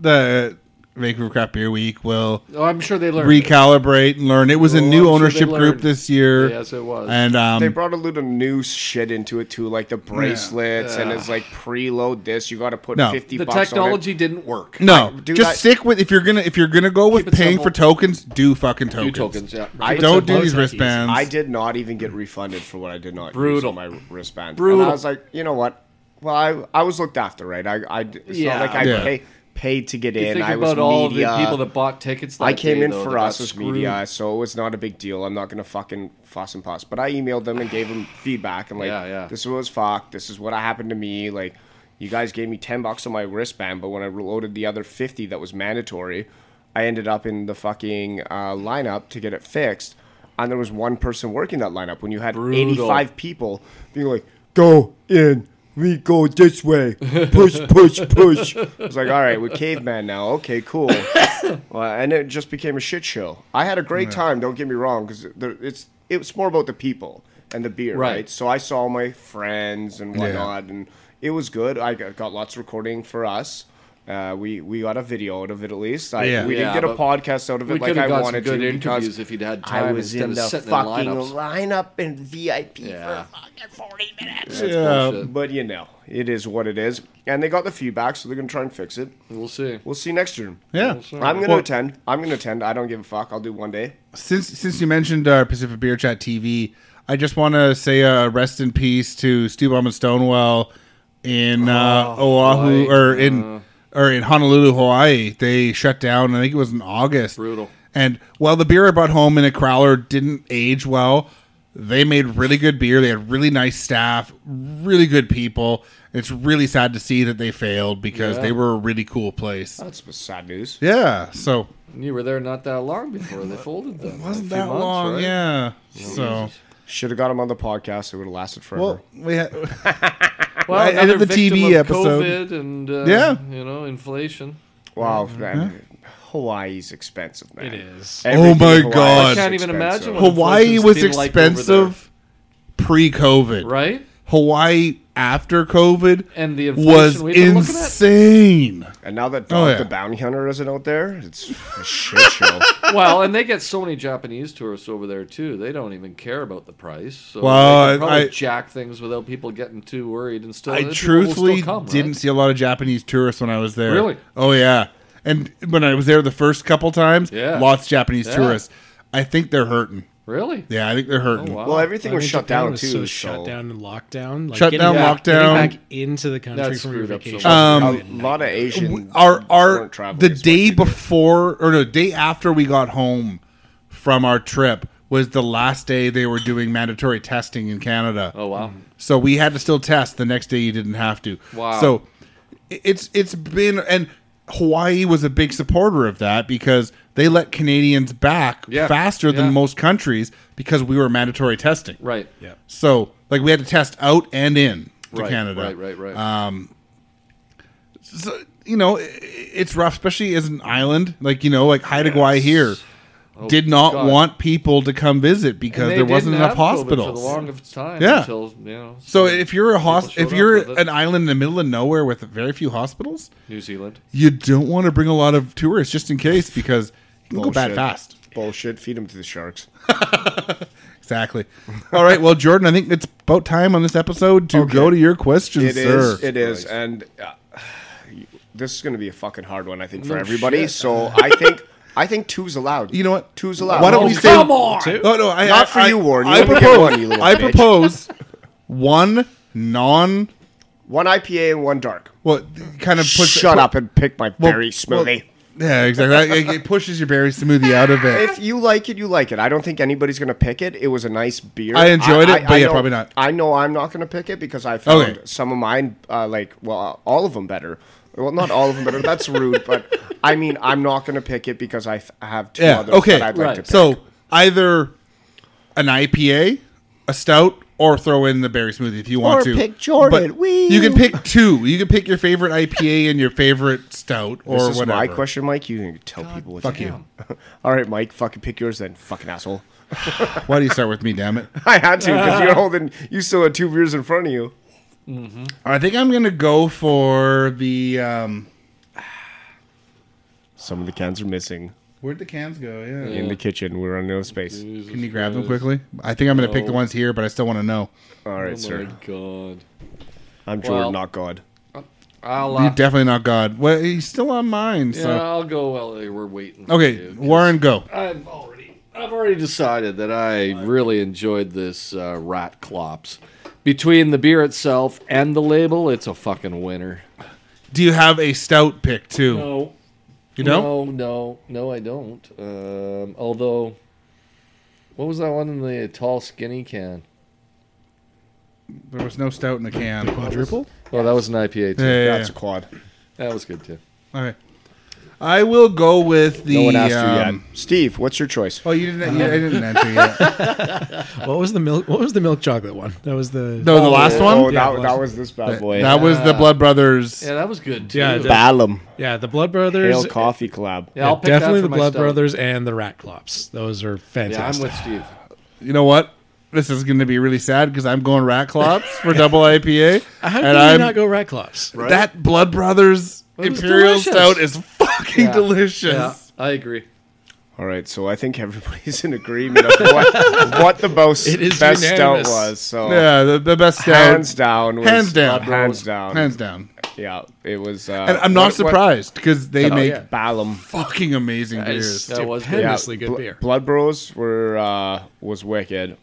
the Vancouver Craft Beer Week will Oh, I'm sure they learned. recalibrate and learn. It was a Oh, I'm new sure ownership they group learned. this year. Yes, it was. And um, they brought a lot of new shit into it too, like the bracelets and it's like preload this. You got to put No. fifty the bucks on it. technology didn't work. no, do just that- stick with if you're gonna if you're gonna go with Keep it paying for simple. tokens, do fucking Few tokens. tokens. Yeah. I- Keep it Don't simple. do these Tokens. wristbands. I did not even get refunded for what I did not Brutal. use on my wristband. Brutal. And I was like, you know what? Well, I, I was looked after, right? I, I it's Yeah. not like I Yeah. pay, paid to get You in. think I was about all media. the people that bought tickets. That I came day, in though, for that got us as screwed. media, so it was not a big deal. I'm not gonna fucking fuss and fuss. But I emailed them and gave them feedback. I'm like, Yeah, yeah. this is what was fucked. This is what happened to me. Like, you guys gave me ten bucks on my wristband, but when I reloaded the other fifty that was mandatory, I ended up in the fucking uh, lineup to get it fixed. And there was one person working that lineup when you had Brutal. 85 people being like, go in, we go this way, push, push, push. It's like, all right, we're caveman now. Okay, cool. Well, and it just became a shit show. I had a great time. Don't get me wrong, because it's it was more about the people and the beer, Right. right? So I saw my friends and whatnot, and it was good. I got, got lots of recording for us. Uh, we we got a video out of it at least. I, Yeah. We Yeah, didn't get a but podcast out of we it like coulda I got some wanted good to interviews because if you'd had I time was instead in of the sitting in fucking lineups. lineup and VIP Yeah. for fucking forty minutes. That's Yeah. bullshit. But you know, it is what it is, and they got the feedback, so they're gonna try and fix it. We'll see. We'll see next year. Yeah. I'm gonna Well- attend. I'm gonna attend. I don't give a fuck. I'll do one day. since since you mentioned uh, Pacific Beer Chat TV, I just want to say uh, rest in peace to Stu Bomb and Stonewell in uh, Oahu Oh, Hawaii. Uh. or in or in Honolulu, Hawaii. They shut down. I think it was in August. Brutal. And while the beer I brought home in a crowler didn't age well, they made really good beer. They had really nice staff, really good people. It's really sad to see that they failed because they were a really cool place. That's sad news. Yeah. So And you were there not that long before they folded them. wasn't A few that months, long. right? Yeah. So. Should have got him on the podcast. It would have lasted forever. Well, we had. Well, I another ended the victim TV of episode. COVID and uh, Yeah. you know, inflation. wow, uh-huh. man. Hawaii's expensive, man. It is. Everything Oh my in Hawaii God. is I can't even expensive. imagine what- Hawaii Inflation's was been like over expensive pre COVID. Right? Hawaii after COVID And the inflation was we've been looking at? Uh, insane. And now that Oh, Dog yeah. the Bounty Hunter isn't out there, it's a shit show. well, and they get so many Japanese tourists over there too. They don't even care about the price. So Well, they can probably I- jack things without people getting too worried and still. I people will truthfully still come, right? didn't see a lot of Japanese tourists when I was there. Really? Oh yeah. And when I was there the first couple times, Yeah. lots of Japanese Yeah. tourists. I think they're hurting. really. Oh, Yeah, I think they're hurting. wow. Well, everything I was mean, shut Japan down was too. So so shut down and locked down. Like Shut getting down, back, locked down. Uh, Getting back into the country That's from your screwed up so vacation. bad. A Um, lot of Asian. our our foreign travelers the went day to Europe. before or the day after we got home from our trip was the last day they were doing mandatory testing in Canada. Oh wow. So we had to still test the next day. You didn't have to. Wow. So i- it's it's been and Hawaii was a big supporter of that because they let Canadians back Yeah. faster Yeah. than most countries because we were mandatory testing. Right. Yeah. So like we had to test out and in to Right, Canada. Uh, right. Right. Right. So, you know, i- i- it's rough, especially as an island like you know like Haida Gwaii here. did not Oh, God. want people to come visit And because they there wasn't didn't enough have COVID for the hospitals. longest time. Yeah. Until you know. So if you're a People hosp- showed if up with you're it. an island in the middle of nowhere with very few hospitals, New Zealand. you don't want to bring a lot of tourists just in case because you can go bad Bullshit. fast. Bullshit. Feed them to the sharks. Exactly. All right. Well, Jordan, I think it's about time on this episode to go to your questions, It sir. is. It is. And uh, this is going to be a fucking hard one, I think, for No everybody. shit. So I think I think two's allowed. You know what? Two's allowed. Why don't Oh, we say come on! No, no, I, Not I- for I- you, Warren. You I only get propose. one, you little I bitch. propose one non. One IPA and one dark. What kind of puts Shut pu- up and pick my well, berry smoothie. well, yeah, exactly. It, it pushes your berry smoothie out of it. if you like it, you like it. I don't think anybody's going to pick it. It was a nice beer. I enjoyed it, but yeah, know- probably not. I know I'm not going to pick it because I found Okay. some of mine, uh, like, well, all of them better. Well, not all of them better. That's rude, but I mean, I'm not going to pick it because I f- have two yeah. others Okay. that I'd like Right. to pick. so either an IPA, a stout, or throw in the berry smoothie if you want Or to. pick Jordan. Wee. you can pick two. You can pick your favorite IPA and your favorite stout or This is whatever. my question, Mike. You can tell people what fuck to you. do. all right, Mike, fucking pick yours then, fucking asshole. Why do you start with me? Damn it! I had to because you're holding, you still had two beers in front of you. I think I'm gonna go for the. Um, Some of the cans are missing where'd the cans go? Yeah. in the kitchen. We're running out of space. Can you grab them quickly? I think I'm gonna pick the ones here, but I still want to know. All right, Oh sir. my god! I'm Jordan, Well- not God. I'll You're uh, definitely not God. Well, he's still on mine. yeah, So I'll go while we're waiting. for okay, you, 'cause Warren, go. I've already I've already decided that I really enjoyed this uh, Rat Clops. Between the beer itself and the label, it's a fucking winner. Do you have a stout pick too? No, You don't. No, no, no, I don't. Um, although, what was that one in the tall, skinny can? There was no stout in the can. Quadruple? Oh, that was an IPA too. Yeah, yeah, That's a yeah. quad. That was good too. All right. I will go with the. No one asked you um, yet. Steve, what's your choice? Oh, you didn't. You, I didn't answer yet. What was the milk? What was the milk chocolate one? That was the No, the last Oh, one. Oh, Yeah, that, it that was. was this bad boy. that was the Blood Brothers. Yeah, that was good too. Yeah, Yeah, it did. Balam yeah, the Blood Brothers. Pale Coffee Collab. I'll Yeah, pick definitely that for the my Blood stout. Brothers and the Rat Clops. Those are Yeah, I'm fantastic. with Steve. You know what? This is going to be really sad because I'm going Rat Clops for double IPA, How and can you I'm not go Rat Clops? that Blood Brothers It was Imperial delicious. Stout is fucking Yeah. delicious. Yeah, I agree. All right, so I think everybody's in agreement of what, what the most It is best unanimous. stout was. So Yeah, the, the best stout. hands down, was Hands down. hands down, Hands down. Yeah, it was. Uh, And I'm not what- what- surprised because they make yeah. Balam. fucking amazing beers. That was good. Tremendously good Bl- beer. Blood Bros were uh, was wicked.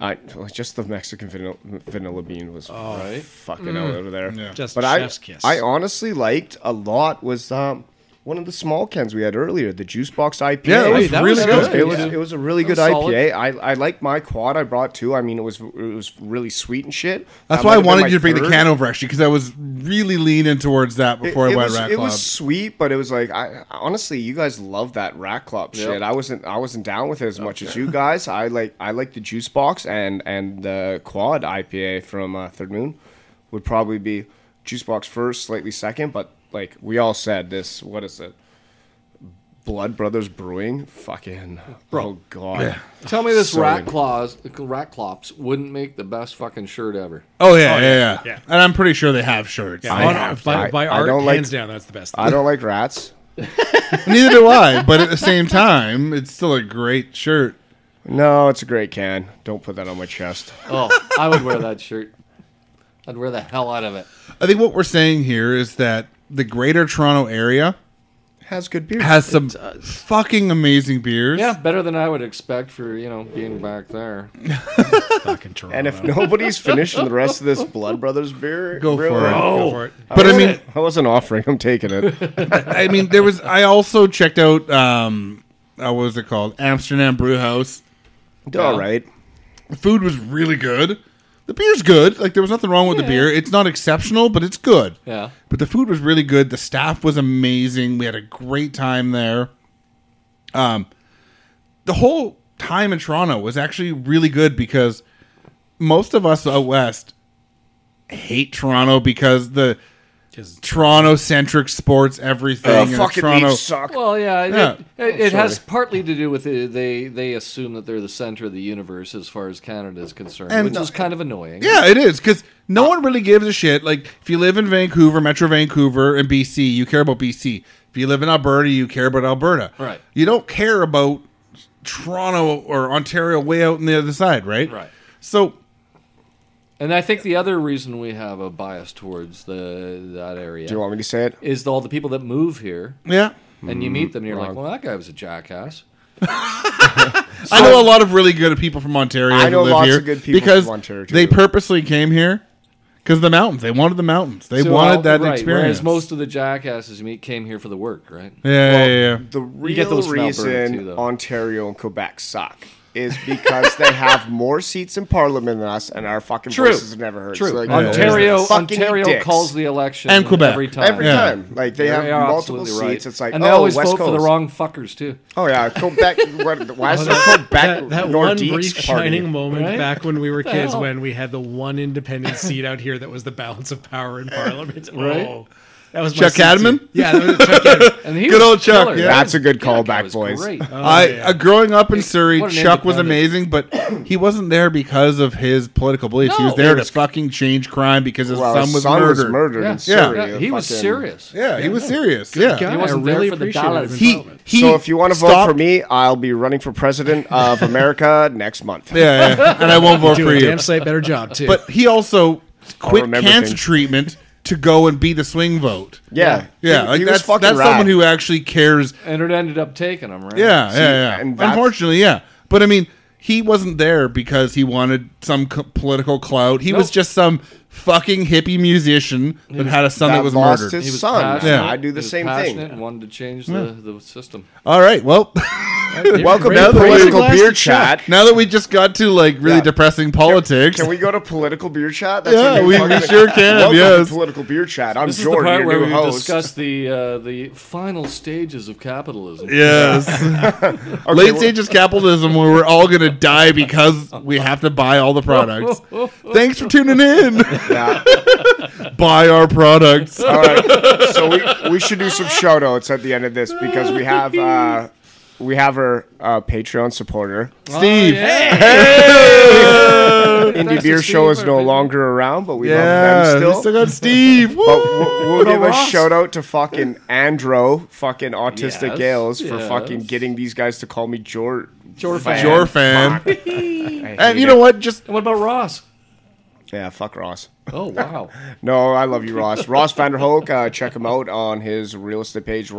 I just the Mexican vanilla, vanilla bean was right. fucking out over there. Oh, mm. Yeah. Just but I, chef's kiss. I honestly liked a lot was um, one of the small cans we had earlier, the Juice Box IPA. Yeah, it was that really was good. good. It was, Yeah. it was a really good That was solid. IPA. I, I like my quad I brought too. I mean, it was it was really sweet and shit. That's That why I might have been wanted my you to bring the third. can over actually because I was really leaning towards that before I it went was, Rat it Club. was sweet, but it was like I honestly, you guys love that rat club shit. I wasn't I wasn't down with it as much as you guys. I like I like the juice box and and the quad IPA from uh, Third Moon would probably be juice box first, slightly second, but like we all said, this what is it? Blood Brothers Brewing, fucking oh god, Tell me this So rat good. claws, rat clops wouldn't make the best fucking shirt ever. oh yeah, yeah, yeah, yeah. And I'm pretty sure they have shirts. Yeah, I on- have- by, I- by I art, don't like- hands down, that's the best. I don't like rats. Neither do I, but at the same time, it's still a great shirt. No, it's a great can. Don't put that on my chest. Oh, I would wear that shirt. I'd wear the hell out of it. I think what we're saying here is that the Greater Toronto area Has good beer. has some fucking amazing beers. Yeah, better than I would expect for you know being back there. fucking Toronto. And if nobody's finishing the rest of this Blood Brothers beer, Go for brew- it. Oh, Go for it. uh, But I I mean, I wasn't offering. I'm taking it. I mean, there was. I also checked out. um uh, What was it called? Amsterdam Brew House. All right. The food was really good. The beer's good. Like there was nothing wrong with the beer. It's not exceptional, but it's good. Yeah. But the food was really good. The staff was amazing. We had a great time there. Um, the whole time in Toronto was actually really good because most of us out west hate Toronto because the Just- Toronto centric sports everything. and fucking Toronto, leaves suck. Well, yeah, it, Yeah. it, it, has partly to do with the, they they assume that they're the center of the universe as far as Canada is concerned, And- which is kind of annoying. Yeah, it is because no one really gives a shit. Like if you live in Vancouver, Metro Vancouver, and BC, you care about BC. If you live in Alberta, you care about Alberta. Right. You don't care about Toronto or Ontario way out on the other side, right? Right. So And I think the other reason we have a bias towards the that area Do you want me to say it? is all the people that move here yeah, and you meet them, and you're like, wrong. well, that guy was a jackass. I know a lot of really good people from Ontario. I who know live lots here of good people because from Ontario, They too. purposely came here because the mountains. They wanted the mountains. They So, wanted that right, experience. Whereas most of the jackasses you meet came here for the work, right? yeah, yeah, yeah. The real get those from Alberta, reason too, though. Ontario and Quebec suck is because they have more seats in Parliament than us, and our fucking True. voices have never heard. True. So, like, Ontario, fucking Ontario dicks. calls the election And Quebec. every time. every Yeah. time. Like they, They have are multiple seats. absolutely right. It's like and oh, they always West vote Coast. for the wrong fuckers too. Oh yeah, Quebec. what, why is Oh, there Quebec that, that one Nordiques brief party? shining moment Right? back when we were the kids hell? when we had the one independent seat out here that was the balance of power in parliament. Right? Oh, that was my Chuck seat Cadman? seat. Yeah, that was Chuck Cadman. And he Good was old Chuck, killer. yeah. That's a good That guy callback, was boys. great. I uh, growing up in Surrey, what an Chuck was amazing, independent. but he wasn't there because of his political beliefs. he was No, there it to fucking change crime because his Well, son was murdered. Yeah. in Surrey, Yeah, a he was fucking- serious. Yeah, he was serious. Yeah, God, He wasn't I there really for the appreciate it dollars. in he parliament. he. So if you want to vote stopped- for me, I'll be running for president of America next month. yeah, yeah, and I won't vote Do for a you. damn sight better job too. But he also quit remember cancer things. treatment to go and be the swing vote. Yeah, Yeah, He- like he was that's fucking that's rad. someone who actually cares. And it ended up taking him, right? Yeah, yeah, yeah. and that's- Unfortunately, yeah. But I mean, he wasn't there because he wanted some co- political clout. He was Nope. just some fucking hippie musician that had a son that, that was lost murdered. his- He was Son, passionate. yeah. I do the He was same passionate thing. and wanted to change the, the system. All right. Well, Welcome Raise to the a glass political to beer Chuck. chat. now that we just got to like really Yeah. depressing politics, Can we go to political beer chat? Yeah, your new we- fucking- we sure can, Welcome yes. to political beer chat. I'm This is the Jordan, part your where new we host. discuss the uh, the final stages of capitalism. yes, Okay, late well, stages capitalism where we're all gonna die because we have to buy all the products. Thanks for tuning in. yeah. buy our products. All right. So we, we should do some show notes at the end of this because we have uh, we have our uh, Patreon supporter. Oh, Steve. Indie Beer Show is no longer around, but we Yeah, love them still? still. still got Steve. Woo! But we'll, we'll give a Ross. shout out to fucking Andro, fucking autistic Yes, Gales, for yes. fucking getting these guys to call me Jor. Jorfan. Your fan. I And hate you it. know what? Just What about Ross? Yeah, fuck Ross. Oh wow! No, I love you, Ross. Ross Vanderhoek, uh, check him out on his real estate page,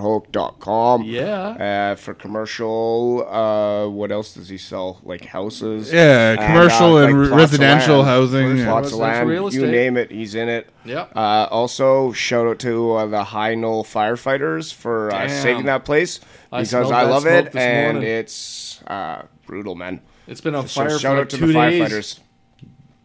rossvanderhoek.com. Yeah. Uh, for commercial, uh, what else does he sell? Like houses? uh, Yeah, commercial and re- plots of residential land. housing, yeah. Plots of Residential land, real you estate. name it, he's in it. Yep. Uh, also, shout out to uh, the High Knoll firefighters for uh, Damn. saving that place I because smelled I, that love smoke it this and morning. it's uh, brutal, man. It's been on So fire shout for out to two the days. firefighters.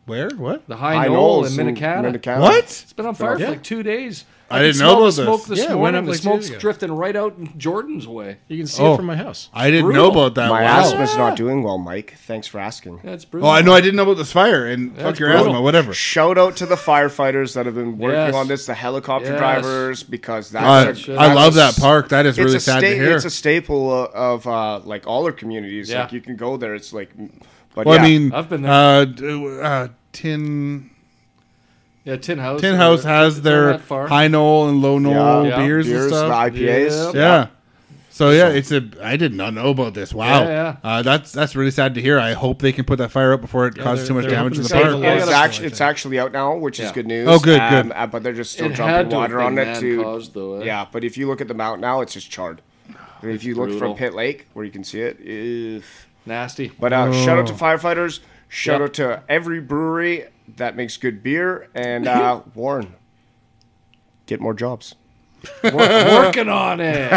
where? What? The High, Knoll in Minnacata. What? It's been on fire for like two days. I could didn't smell know the about smoke this. this Yeah, it went morning. up the like two smoke's days ago. drifting right out in Jordan's way. you can see Oh. it from my house. I didn't Brutal. know about that. My wow. asthma's not doing well, Mike. Thanks for asking. That's brutal. Oh, I know. I didn't know about this fire. And fuck That's your brutal. asthma, whatever. Shout out to the firefighters that have been working Yes. on this, the helicopter Yes. drivers, because that's Uh, I, a- I shit. that's love a that s- park. That is it's really a sad sta- to hear. It's a staple uh, of uh, like all our communities. Like Yeah. you can go there. It's like, m- but well, yeah. I mean, I've been there. Uh, d- uh, Tin Yeah, Tin House. Tin or- House it's has not their that far. high knoll and low knoll Yeah. beers, beers, and the stuff. IPAs. Yep. Yeah. So yeah, it's a. I did not know about this. Wow, Yeah, yeah. Uh, that's that's really sad to hear. I hope they can put that fire up before it causes they're- too much they're damage to hoping the to save park. a lot. Yeah, it's, Yeah, that's actually, cool, I it's think. actually out now, which is Yeah. good news. Oh, good, good. uh, but they're just still It had dropping to have water on been it to. man-caused, though, eh? Yeah, but if you look at the mountain now, it's just charred. And if you look brutal. from Pit Lake, where you can see it, ew. Nasty. But uh, shout out to firefighters. Shout Yep. out to every brewery that makes good beer. And uh, Warren, get more jobs. We're working on it.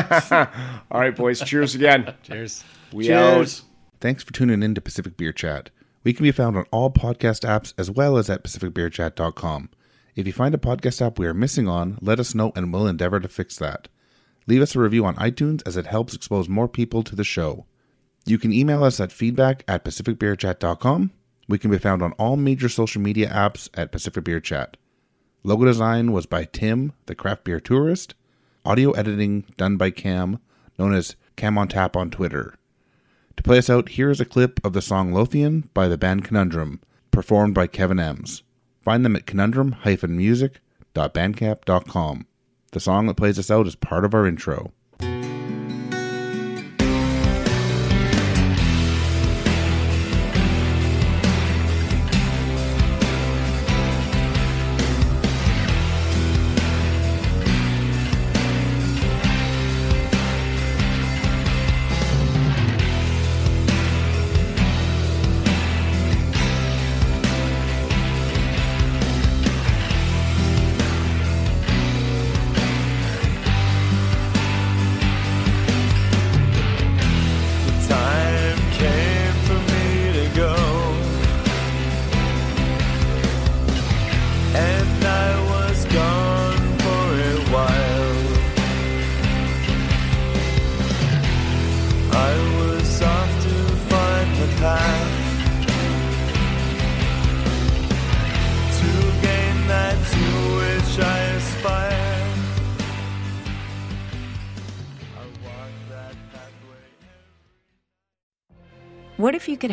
All right, boys. Cheers again. Cheers. We out. Cheers. Thanks for tuning in to Pacific Beer Chat. We can be found on all podcast apps as well as at pacificbeerchat.com. If you find a podcast app we are missing on, let us know and we'll endeavor to fix that. Leave us a review on iTunes as it helps expose more people to the show. You can email us at feedback at pacificbeerchat.com. We can be found on all major social media apps at Pacific Beer Chat. Logo design was by Tim, the craft beer tourist. Audio editing done by Cam, known as Cam on Tap on Twitter. To play us out, here is a clip of the song Lothian by the band Conundrum, performed by Kevin Ems. Find them at conundrum-music.bandcamp.com. The song that plays us out is part of our intro. What if you could